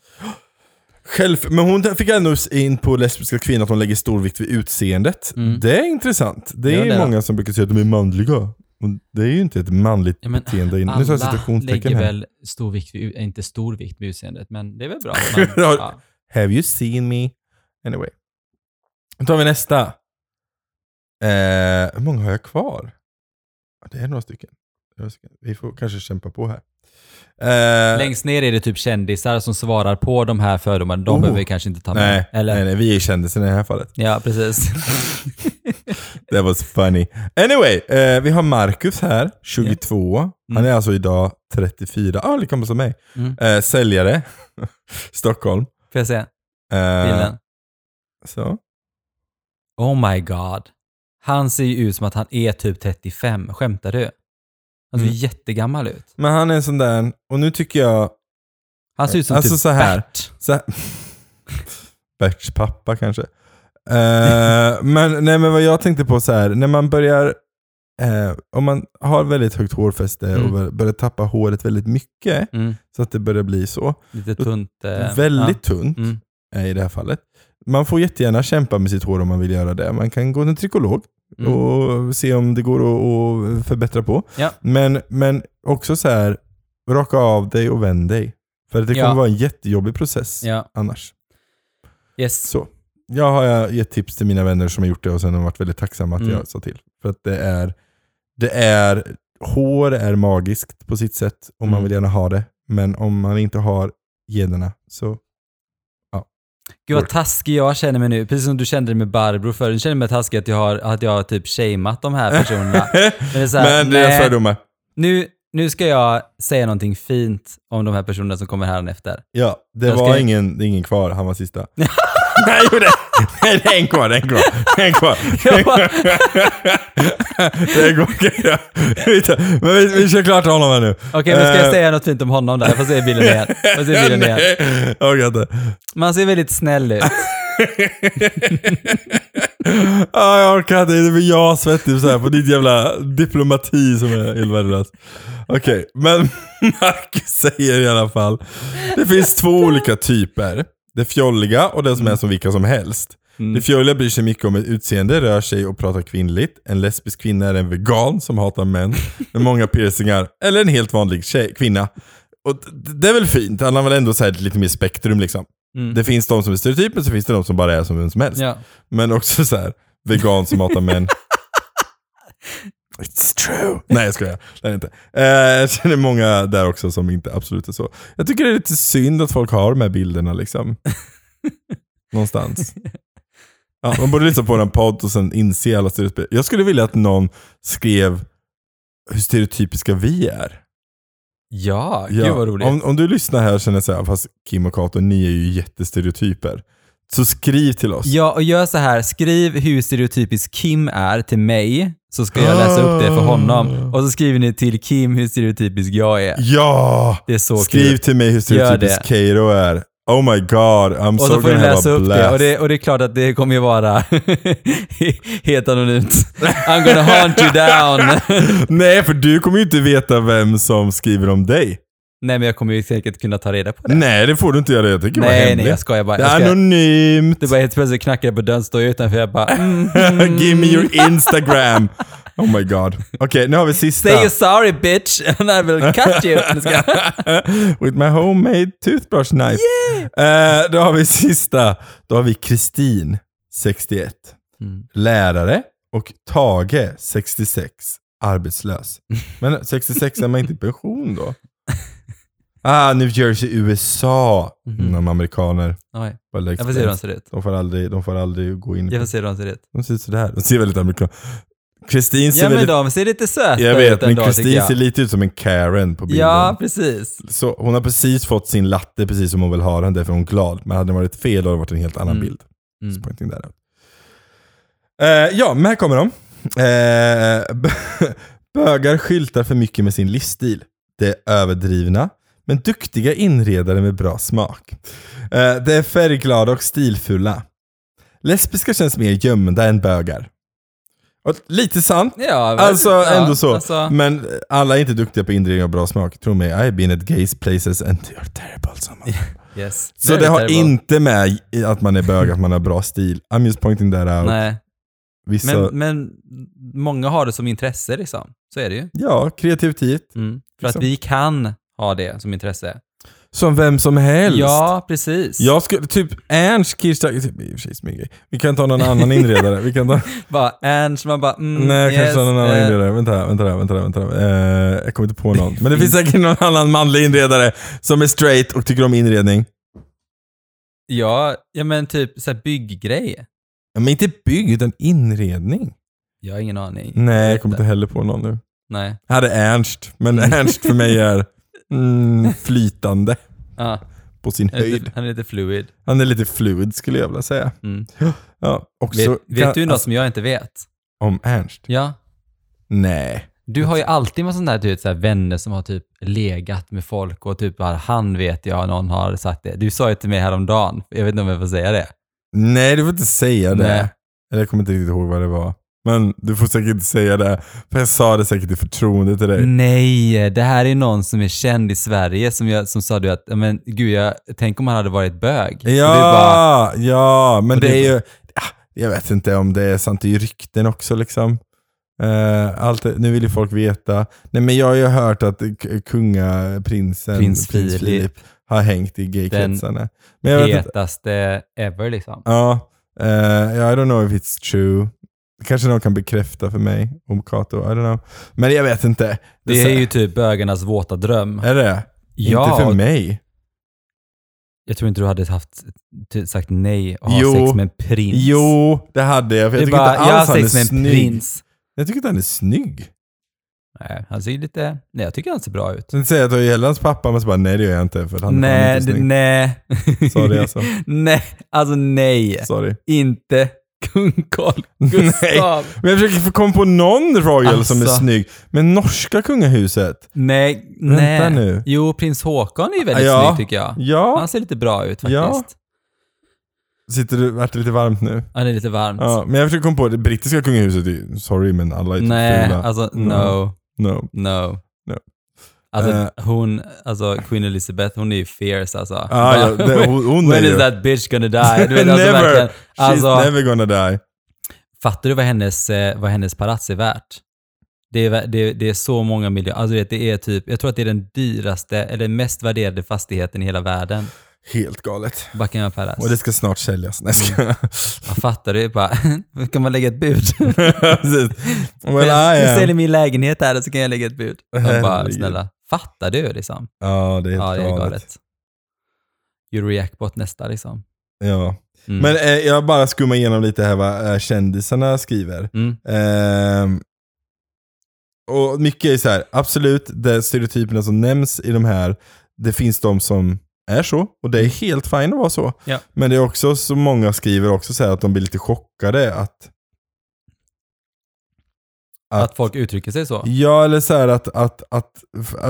[SPEAKER 1] Själv, men hon fick ändå in på lesbiska kvinnor att hon lägger stor vikt vid utseendet.
[SPEAKER 2] Mm.
[SPEAKER 1] Det är intressant. Det
[SPEAKER 2] Ja,
[SPEAKER 1] är
[SPEAKER 2] det är
[SPEAKER 1] många som brukar säga att de är manliga. Och det är ju inte ett manligt
[SPEAKER 2] Ja, men
[SPEAKER 1] beteende. In. Nu sa jag
[SPEAKER 2] Alla
[SPEAKER 1] situationstecken
[SPEAKER 2] lägger
[SPEAKER 1] här.
[SPEAKER 2] väl stor vikt, vid- eh, inte stor vikt vid utseendet, men det är väl bra. att Man,
[SPEAKER 1] Ja.
[SPEAKER 2] ja.
[SPEAKER 1] Have you seen me? Anyway. Då tar vi nästa. Eh, hur många har jag kvar? Ja, Det är några stycken. Några stycken. Vi får kanske kämpa på här. Eh,
[SPEAKER 2] Längst ner är det typ kändisar som svarar på de här fördomarna. De
[SPEAKER 1] Oh.
[SPEAKER 2] behöver vi kanske inte ta med.
[SPEAKER 1] nej,
[SPEAKER 2] Eller?
[SPEAKER 1] nej, nej, vi är kändisarna i det här fallet.
[SPEAKER 2] Ja, precis.
[SPEAKER 1] That was funny. Anyway, eh, vi har Marcus här, 22. Han är alltså idag 34. Ah, lika gammal som mig.
[SPEAKER 2] Mm.
[SPEAKER 1] Eh, säljare, Stockholm.
[SPEAKER 2] Får jag se
[SPEAKER 1] Eh,
[SPEAKER 2] bilden?
[SPEAKER 1] så.
[SPEAKER 2] Oh my god. Han ser ju ut som att han är typ 35. Skämtar du? Han ser
[SPEAKER 1] Mm.
[SPEAKER 2] jättegammal ut.
[SPEAKER 1] Men han är en sån där, och nu tycker jag...
[SPEAKER 2] Han ser ut som
[SPEAKER 1] Alltså
[SPEAKER 2] typ
[SPEAKER 1] så här.
[SPEAKER 2] Bert.
[SPEAKER 1] Så här, Berts pappa kanske. Eh, men, nej, men vad jag tänkte på så här, när man börjar... Eh, om man har väldigt högt hårfäste
[SPEAKER 2] Mm.
[SPEAKER 1] och bör- börjar tappa håret väldigt mycket,
[SPEAKER 2] Mm.
[SPEAKER 1] så att det börjar bli så.
[SPEAKER 2] Lite tunt. eh,
[SPEAKER 1] väldigt tunt.
[SPEAKER 2] Ja. Mm.
[SPEAKER 1] eh, i det här fallet. Man får jättegärna kämpa med sitt hår om man vill göra det. Man kan gå till en psykolog
[SPEAKER 2] Mm.
[SPEAKER 1] och se om det går att, att förbättra på.
[SPEAKER 2] Ja.
[SPEAKER 1] Men, men också så här, raka av dig och vänd dig. För det kommer
[SPEAKER 2] Ja.
[SPEAKER 1] vara en jättejobbig process
[SPEAKER 2] Ja.
[SPEAKER 1] annars.
[SPEAKER 2] Yes.
[SPEAKER 1] Så. Jag har jag gett tips till mina vänner som har gjort det och sen har de varit väldigt tacksamma att
[SPEAKER 2] Mm.
[SPEAKER 1] jag sa till. För att det är, det är, hår är magiskt på sitt sätt och man
[SPEAKER 2] Mm.
[SPEAKER 1] vill gärna ha det. Men om man inte har generna så
[SPEAKER 2] Gud vad taskig jag känner mig nu. Precis som du kände dig med Barbro förut. Jag känner mig taskig att jag har, att jag har typ shamat de här personerna. Men det är så här,
[SPEAKER 1] Men det är
[SPEAKER 2] nej,
[SPEAKER 1] fördomar.
[SPEAKER 2] nu, nu ska jag säga någonting fint om de här personerna som kommer härnefter.
[SPEAKER 1] Ja, det
[SPEAKER 2] Jag
[SPEAKER 1] var
[SPEAKER 2] ska-
[SPEAKER 1] ingen, det är ingen kvar. Han var sista. Nej, jo, det, nej, det är en kvar. Det är en kvar. Det är en kvar.
[SPEAKER 2] Jag bara,
[SPEAKER 1] Det är en kvar. Okej, ja. Vi tar- Men vi, vi kör klart honom här nu.
[SPEAKER 2] Okej, men ska jag säga något fint om honom där? Jag får se bilden igen. Jag får se bilden igen.
[SPEAKER 1] Eh. Nej, jag orkar inte.
[SPEAKER 2] Men han ser väldigt snäll ut.
[SPEAKER 1] Ah, jag orkar inte. Det blir jag svettig så här på ditt jävla diplomati som är helt värdelös. Okej, men Marcus säger i alla fall. Det finns två olika typer. Det fjolliga och den som är som vilka som helst. Det fjolliga bryr sig mycket om ett utseende, rör sig och pratar kvinnligt. En lesbisk kvinna är en vegan som hatar män med många piercingar. Eller en helt vanlig tjej, kvinna. Och d- d- det är väl fint, han har väl ändå så här lite mer spektrum liksom.
[SPEAKER 2] Mm.
[SPEAKER 1] Det finns de som är stereotypen, så finns det de som bara är som vem som helst.
[SPEAKER 2] Ja.
[SPEAKER 1] Men också så här, vegan som hatar män. It's true. Nej jag skojar, det är det inte. Eh, jag känner många där också som inte absolut är så. Jag tycker det är lite synd att folk har de här bilderna liksom. Någonstans. Ja, man borde lyssna på den podd och sen inse alla stereotyper. Jag skulle vilja att någon skrev hur stereotypiska vi är.
[SPEAKER 2] Ja,
[SPEAKER 1] Ja,
[SPEAKER 2] gud vad roligt.
[SPEAKER 1] Om, om du lyssnar här och känner så här, fast Kim och Kato, ni är ju jättestereotyper. Så skriv till oss.
[SPEAKER 2] Ja, och gör så här. Skriv hur stereotypisk Kim är till mig, så ska jag läsa upp det för
[SPEAKER 1] Ah.
[SPEAKER 2] honom. Och så skriver ni till Kim hur stereotypisk jag är.
[SPEAKER 1] Ja!
[SPEAKER 2] Det är så
[SPEAKER 1] Skriv
[SPEAKER 2] kul.
[SPEAKER 1] till mig hur stereotypisk
[SPEAKER 2] det.
[SPEAKER 1] Kato är. Oh my god, I'm
[SPEAKER 2] Och
[SPEAKER 1] so
[SPEAKER 2] så får
[SPEAKER 1] gonna
[SPEAKER 2] du
[SPEAKER 1] have
[SPEAKER 2] läsa
[SPEAKER 1] a
[SPEAKER 2] upp
[SPEAKER 1] blast.
[SPEAKER 2] det och, det och det är klart att det kommer ju vara helt anonymt. I'm gonna haunt you down.
[SPEAKER 1] Nej, för du kommer ju inte veta vem som skriver om dig.
[SPEAKER 2] Nej, men jag kommer ju säkert kunna ta reda på det.
[SPEAKER 1] Nej, det får du inte göra. Jag tycker det var
[SPEAKER 2] Nej, nej,
[SPEAKER 1] hemligt.
[SPEAKER 2] jag skojar bara.
[SPEAKER 1] det
[SPEAKER 2] Jag
[SPEAKER 1] är
[SPEAKER 2] skojar.
[SPEAKER 1] anonymt.
[SPEAKER 2] Det var helt plötsligt knackade jag på dörren, står jag utanför, jag bara mm,
[SPEAKER 1] Give me your Instagram. oh my god. Okej, nu har vi sista.
[SPEAKER 2] Say you're sorry bitch and I will cut you. Nu ska jag-
[SPEAKER 1] With my homemade toothbrush knife. Eh, då har vi sista. Då har vi Kristin, 61.
[SPEAKER 2] Mm.
[SPEAKER 1] Lärare och Tage, 66. Arbetslös. Men 66 är man inte i pension då? Ah, New Jersey, USA.
[SPEAKER 2] Mhm.
[SPEAKER 1] Mm. De amerikaner.
[SPEAKER 2] Oj,
[SPEAKER 1] Bara läggs
[SPEAKER 2] Jag får se hur de
[SPEAKER 1] bäst.
[SPEAKER 2] ser ut.
[SPEAKER 1] de får aldrig, de får aldrig gå in. i-
[SPEAKER 2] Jag får se hur de ser ut.
[SPEAKER 1] De ser ut sådär. De ser väldigt amerikaner. Kristin ser
[SPEAKER 2] Ja men
[SPEAKER 1] väldigt...
[SPEAKER 2] de ser lite söta
[SPEAKER 1] Jag
[SPEAKER 2] ut
[SPEAKER 1] vet, men
[SPEAKER 2] ändå tycker
[SPEAKER 1] Kristin
[SPEAKER 2] jag.
[SPEAKER 1] ser lite ut som en Karen på bilden.
[SPEAKER 2] Ja, precis.
[SPEAKER 1] Så hon har precis fått sin latte precis som hon vill ha den, därför är hon glad. Men hade den varit fel hade det varit en helt annan
[SPEAKER 2] Mm.
[SPEAKER 1] bild.
[SPEAKER 2] Mm.
[SPEAKER 1] Så pointing that out. Eh, ja, men här kommer de. Eh, bögar skyltar för mycket med sin livsstil. Det är överdrivna, men duktiga inredare med bra smak. Eh, det är färgglada och stilfulla. Lesbiska känns mer gömda än bögar. Och lite sant,
[SPEAKER 2] Ja, väl-
[SPEAKER 1] Alltså
[SPEAKER 2] ja,
[SPEAKER 1] ändå så.
[SPEAKER 2] alltså,
[SPEAKER 1] Men alla är inte duktiga på inredning och bra smak. Tro mig, I've been at gays places and they are terrible. some of them.
[SPEAKER 2] yes.
[SPEAKER 1] Så det har
[SPEAKER 2] terrible.
[SPEAKER 1] inte med i att man är bög, att man har bra stil. I'm just pointing that out.
[SPEAKER 2] Nej,
[SPEAKER 1] Vissa,
[SPEAKER 2] men, men många har det som intresse liksom. Så är det ju.
[SPEAKER 1] Ja, kreativitet.
[SPEAKER 2] Mm. För att
[SPEAKER 1] Liksom.
[SPEAKER 2] vi kan ha det som intresse.
[SPEAKER 1] Som vem som helst.
[SPEAKER 2] Ja, precis.
[SPEAKER 1] Jag skulle, typ Ernst Kirchsteiger, typ, i och för sig som ingen grej. Vi kan ta någon annan inredare. Vi kan ta,
[SPEAKER 2] Bara Ernst, man bara mm,
[SPEAKER 1] nej,
[SPEAKER 2] yes,
[SPEAKER 1] kanske någon annan
[SPEAKER 2] eh,
[SPEAKER 1] inredare. Vänta, här, vänta, här, vänta, här, vänta. här. Eh, jag kommer inte på någon. Men det finns säkert någon annan manlig inredare som är straight och tycker om inredning.
[SPEAKER 2] Ja, ja men typ så här bygggrej.
[SPEAKER 1] Ja, Men inte bygg, utan inredning.
[SPEAKER 2] Jag har ingen aning.
[SPEAKER 1] Nej, jag kommer inte heller på någon nu.
[SPEAKER 2] Nej.
[SPEAKER 1] Jag hade Ernst, men Ernst för mig är mm, flytande
[SPEAKER 2] Ja,
[SPEAKER 1] på sin
[SPEAKER 2] han, Ah, är lite,
[SPEAKER 1] höjd.
[SPEAKER 2] han är lite fluid.
[SPEAKER 1] Han är lite fluid skulle jag vilja säga.
[SPEAKER 2] Mm.
[SPEAKER 1] Ja, också,
[SPEAKER 2] Vet,
[SPEAKER 1] kan-
[SPEAKER 2] vet du något
[SPEAKER 1] alltså,
[SPEAKER 2] som jag inte vet?
[SPEAKER 1] om Ernst?
[SPEAKER 2] Ja.
[SPEAKER 1] Nej.
[SPEAKER 2] Du har ju alltid med sådana där, du vet, så här vänner som har typ legat med folk och typ bara, han vet jag, någon har sagt det. Du sa ju till mig häromdagen, jag vet inte om jag får säga det.
[SPEAKER 1] Nej, du får inte säga det.
[SPEAKER 2] Nej.
[SPEAKER 1] Eller jag kommer inte riktigt ihåg vad det var. Men du får säkert inte säga det. För jag sa det säkert i förtroende till dig.
[SPEAKER 2] Nej, det här är någon som är känd i Sverige som, jag, som sa du att, "Ja, men gud, jag, tänk om han hade varit bög. Och
[SPEAKER 1] Ja,
[SPEAKER 2] det är bara,
[SPEAKER 1] ja, men
[SPEAKER 2] och
[SPEAKER 1] det,
[SPEAKER 2] det
[SPEAKER 1] är ju... ah, Jag vet inte om det är sant. Det är ju rykten också liksom. Eh, allt, det- nu vill ju folk veta. Nej, men jag har ju hört att k- kungaprinsen
[SPEAKER 2] Prins Philip.
[SPEAKER 1] har hängt i gaykretsarna. Men jag vet inte.
[SPEAKER 2] hetaste ever liksom.
[SPEAKER 1] Ja, eh, I don't know if it's true. Kanske någon kan bekräfta för mig om Kato. I don't know. Men jag vet inte.
[SPEAKER 2] Det är ju typ bögarnas våta dröm.
[SPEAKER 1] Är det?
[SPEAKER 2] Ja,
[SPEAKER 1] Inte för
[SPEAKER 2] och-
[SPEAKER 1] mig.
[SPEAKER 2] Jag tror inte du hade haft, ty- sagt nej och ha
[SPEAKER 1] Jo.
[SPEAKER 2] sex med en prins.
[SPEAKER 1] Jo, det hade jag. För
[SPEAKER 2] det
[SPEAKER 1] jag
[SPEAKER 2] är
[SPEAKER 1] tycker
[SPEAKER 2] bara,
[SPEAKER 1] inte
[SPEAKER 2] jag har
[SPEAKER 1] alls han är
[SPEAKER 2] sex med en
[SPEAKER 1] snygg.
[SPEAKER 2] prins.
[SPEAKER 1] Jag tycker inte han är snygg.
[SPEAKER 2] Nej, han ser ju lite, nej jag tycker han ser bra ut.
[SPEAKER 1] Sen säger jag att jag gillar hans pappa, men så bara nej det gör jag inte för han, han är
[SPEAKER 2] nej,
[SPEAKER 1] inte
[SPEAKER 2] det-
[SPEAKER 1] snygg.
[SPEAKER 2] nej.
[SPEAKER 1] Sorry alltså.
[SPEAKER 2] nej, alltså nej.
[SPEAKER 1] Sorry.
[SPEAKER 2] Inte kung Carl Gustav.
[SPEAKER 1] Men jag försöker få komma på någon royal som är
[SPEAKER 2] Alltså.
[SPEAKER 1] snygg. Men norska kungahuset?
[SPEAKER 2] Nej, nej.
[SPEAKER 1] Vänta nu.
[SPEAKER 2] Jo, prins Håkon är ju väldigt
[SPEAKER 1] Ja.
[SPEAKER 2] snygg tycker jag.
[SPEAKER 1] Ja.
[SPEAKER 2] Han ser lite bra ut faktiskt.
[SPEAKER 1] Ja.
[SPEAKER 2] Ja.
[SPEAKER 1] Sitter du, vart det lite varmt nu?
[SPEAKER 2] Han är lite varmt.
[SPEAKER 1] Ja, men jag försöker komma på det brittiska kungahuset. är ju- Sorry men alla är typ
[SPEAKER 2] nej,
[SPEAKER 1] fula.
[SPEAKER 2] alltså
[SPEAKER 1] Mm.
[SPEAKER 2] no,
[SPEAKER 1] No.
[SPEAKER 2] no.
[SPEAKER 1] No.
[SPEAKER 2] Alltså
[SPEAKER 1] Eh.
[SPEAKER 2] hon, alltså Queen Elizabeth, hon är ju fierce alltså.
[SPEAKER 1] Ah, ja, det, hon, hon är
[SPEAKER 2] When
[SPEAKER 1] ju...
[SPEAKER 2] is that bitch gonna die? Du vet, alltså,
[SPEAKER 1] Never.
[SPEAKER 2] verkligen,
[SPEAKER 1] She's
[SPEAKER 2] alltså,
[SPEAKER 1] never gonna die.
[SPEAKER 2] Fattar du vad hennes, eh, vad hennes palats är värt? Det är, vä- det, det är så många miljoner. Alltså, du vet, det är typ, jag tror att det är den dyraste, eller mest värderade fastigheten i hela världen.
[SPEAKER 1] Helt galet.
[SPEAKER 2] Buckingham Palace.
[SPEAKER 1] Och det ska snart säljas. Nej, ska...
[SPEAKER 2] Man fattar du? Bara, kan man lägga ett bud?
[SPEAKER 1] Precis. Well, I
[SPEAKER 2] du säljer
[SPEAKER 1] am.
[SPEAKER 2] min lägenhet här och så kan jag lägga ett bud. Jag bara,
[SPEAKER 1] Herregud.
[SPEAKER 2] snälla, fattar du liksom?
[SPEAKER 1] Ja, det är helt
[SPEAKER 2] Ja, det är
[SPEAKER 1] galet.
[SPEAKER 2] galet. Eurojackpot nästa liksom.
[SPEAKER 1] Ja.
[SPEAKER 2] Mm.
[SPEAKER 1] Men eh, jag bara skummar igenom lite här vad eh, kändisarna skriver.
[SPEAKER 2] Mm.
[SPEAKER 1] Ehm, och mycket är så här, absolut, de stereotyperna som nämns i de här, det finns de som är så och det är helt fint att vara så.
[SPEAKER 2] Mm. Ja.
[SPEAKER 1] Men det är också, som många skriver, också så här att de blir lite chockade att...
[SPEAKER 2] Att, folk uttrycker sig så.
[SPEAKER 1] Ja, eller så här att, att, att,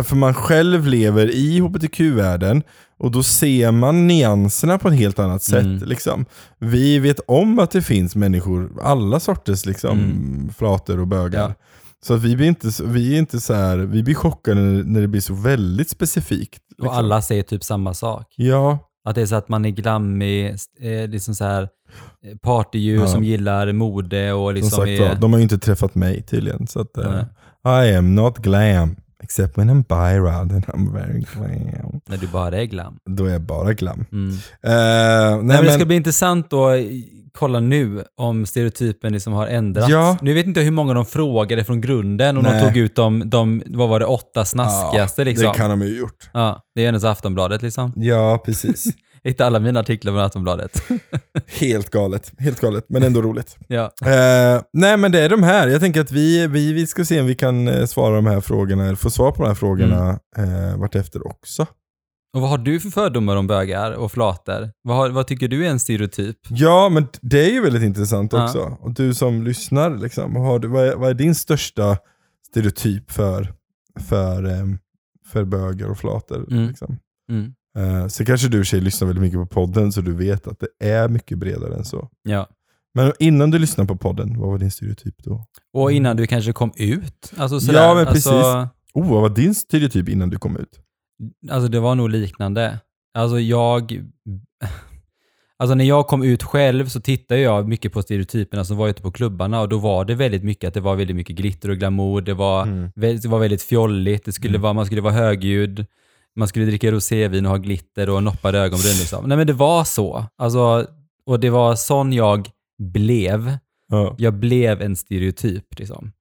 [SPEAKER 1] för man själv lever i hbtq-världen och då ser man nyanserna på ett helt annat sätt.
[SPEAKER 2] Mm.
[SPEAKER 1] Liksom. Vi vet om att det finns människor, alla sorters liksom, flator och bögar.
[SPEAKER 2] Mm. Ja.
[SPEAKER 1] Så att vi blir inte, så- vi är inte så här, vi blir chockade när, när det blir så väldigt specifikt. Liksom.
[SPEAKER 2] Och alla säger typ samma sak.
[SPEAKER 1] Ja,
[SPEAKER 2] Att det är så att man är glammig, eh, liksom så här eh, partydjur
[SPEAKER 1] Ja.
[SPEAKER 2] som gillar mode och
[SPEAKER 1] som
[SPEAKER 2] liksom
[SPEAKER 1] sagt
[SPEAKER 2] är...
[SPEAKER 1] var, de har ju inte träffat mig tydligen. Så att, eh,
[SPEAKER 2] Nej.
[SPEAKER 1] I am not glam, except when I'm bira, then I'm very glam.
[SPEAKER 2] När du bara är glam.
[SPEAKER 1] Då är jag bara glam.
[SPEAKER 2] Mm. Nej,
[SPEAKER 1] Eh, nej,
[SPEAKER 2] men det
[SPEAKER 1] men-
[SPEAKER 2] ska bli intressant att i- kolla nu om stereotypen liksom har ändrats.
[SPEAKER 1] Ja.
[SPEAKER 2] Nu vet inte jag hur många de frågade från grunden och
[SPEAKER 1] Nej.
[SPEAKER 2] de tog ut de, de, vad var det, åtta snaskigaste liksom.
[SPEAKER 1] Det kan de ju gjort.
[SPEAKER 2] Ja, det är ändå så Aftonbladet liksom.
[SPEAKER 1] Ja, precis.
[SPEAKER 2] Jag hittar alla mina artiklar från Aftonbladet.
[SPEAKER 1] Helt galet. Helt galet, men ändå roligt.
[SPEAKER 2] ja.
[SPEAKER 1] Eh, nej, men det är de här. Jag tänker att vi, vi, vi ska se om vi kan eh, svara de här frågorna, eller få svar på de här frågorna
[SPEAKER 2] Mm.
[SPEAKER 1] eh, vartefter också.
[SPEAKER 2] Och vad har du för fördomar om bögar och flator? Vad, har, vad tycker du är en stereotyp?
[SPEAKER 1] Ja, men det är ju väldigt intressant
[SPEAKER 2] Ja.
[SPEAKER 1] också. Och du som lyssnar, liksom, har du, vad, är, vad är din största stereotyp för, för, ehm, för böger och flator?
[SPEAKER 2] Mm.
[SPEAKER 1] Liksom?
[SPEAKER 2] Mm.
[SPEAKER 1] Eh, så kanske du tjej lyssnar väldigt mycket på podden, så du vet att det är mycket bredare än så.
[SPEAKER 2] Ja.
[SPEAKER 1] Men innan du lyssnade på podden, vad var din stereotyp då?
[SPEAKER 2] Och innan du kanske kom ut? Alltså sådär.
[SPEAKER 1] Ja, men
[SPEAKER 2] Alltså,
[SPEAKER 1] Oh, vad var din stereotyp innan du kom ut?
[SPEAKER 2] alltså det var nog liknande. Alltså jag... Alltså när jag kom ut själv så tittade jag mycket på stereotyperna som var ute på klubbarna och då var det väldigt mycket att det var väldigt mycket glitter och glamour. Det var,
[SPEAKER 1] Mm.
[SPEAKER 2] vä- det var väldigt fjolligt. Det skulle vara, man skulle vara högljudd. Man skulle dricka rosévin och ha glitter och noppade ögonbryn. Liksom. Nej men det var så. Alltså, och det var sån jag blev.
[SPEAKER 1] Ja.
[SPEAKER 2] Jag blev en stereotyp liksom.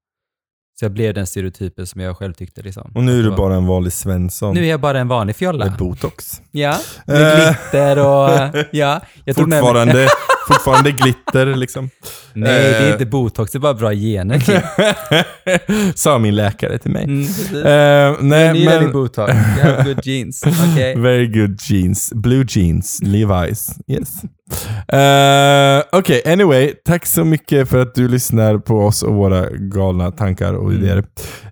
[SPEAKER 2] Så jag blev den stereotypen som jag själv tyckte liksom.
[SPEAKER 1] Och nu är
[SPEAKER 2] Att det
[SPEAKER 1] du
[SPEAKER 2] var-
[SPEAKER 1] bara en vanlig Svensson
[SPEAKER 2] Nu är jag bara en vanlig fjolla.
[SPEAKER 1] med botox.
[SPEAKER 2] Ja, med
[SPEAKER 1] Eh.
[SPEAKER 2] glitter och... Ja, jag tog med mig,
[SPEAKER 1] Fortfarande, fortfarande glitter liksom.
[SPEAKER 2] nej, det
[SPEAKER 1] eh.
[SPEAKER 2] är inte botox, det är bara bra gener. Kim.
[SPEAKER 1] Sa min läkare till mig.
[SPEAKER 2] Mm, precis.
[SPEAKER 1] Eh,
[SPEAKER 2] Jag
[SPEAKER 1] nej,
[SPEAKER 2] gillar din
[SPEAKER 1] men
[SPEAKER 2] botox. You have good jeans. Okej.
[SPEAKER 1] very good jeans. Blue jeans. Levi's. Yes. Eh, Okej, anyway. Tack så mycket för att du lyssnar på oss och våra galna tankar och
[SPEAKER 2] Mm.
[SPEAKER 1] idéer.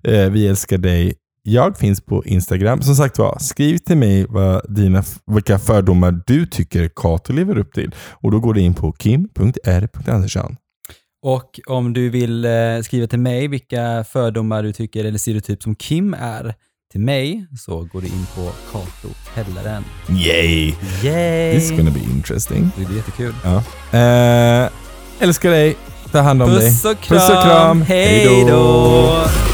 [SPEAKER 1] Eh, vi älskar dig. Jag finns på Instagram. Som sagt var, skriv till mig vad dina, vilka fördomar du tycker Kato lever upp till. Och då går du in på kim.r.andersson.
[SPEAKER 2] Och om du vill eh, skriva till mig vilka fördomar du tycker eller stereotyp som Kim är till mig så går du in på Kato-pellaren.
[SPEAKER 1] Yay!
[SPEAKER 2] Yay!
[SPEAKER 1] This is gonna be interesting.
[SPEAKER 2] Det blir jättekul.
[SPEAKER 1] Ja. Eh, älskar dig. Ta hand om dig.
[SPEAKER 2] Puss och kram.
[SPEAKER 1] Puss och kram.
[SPEAKER 2] Hej då!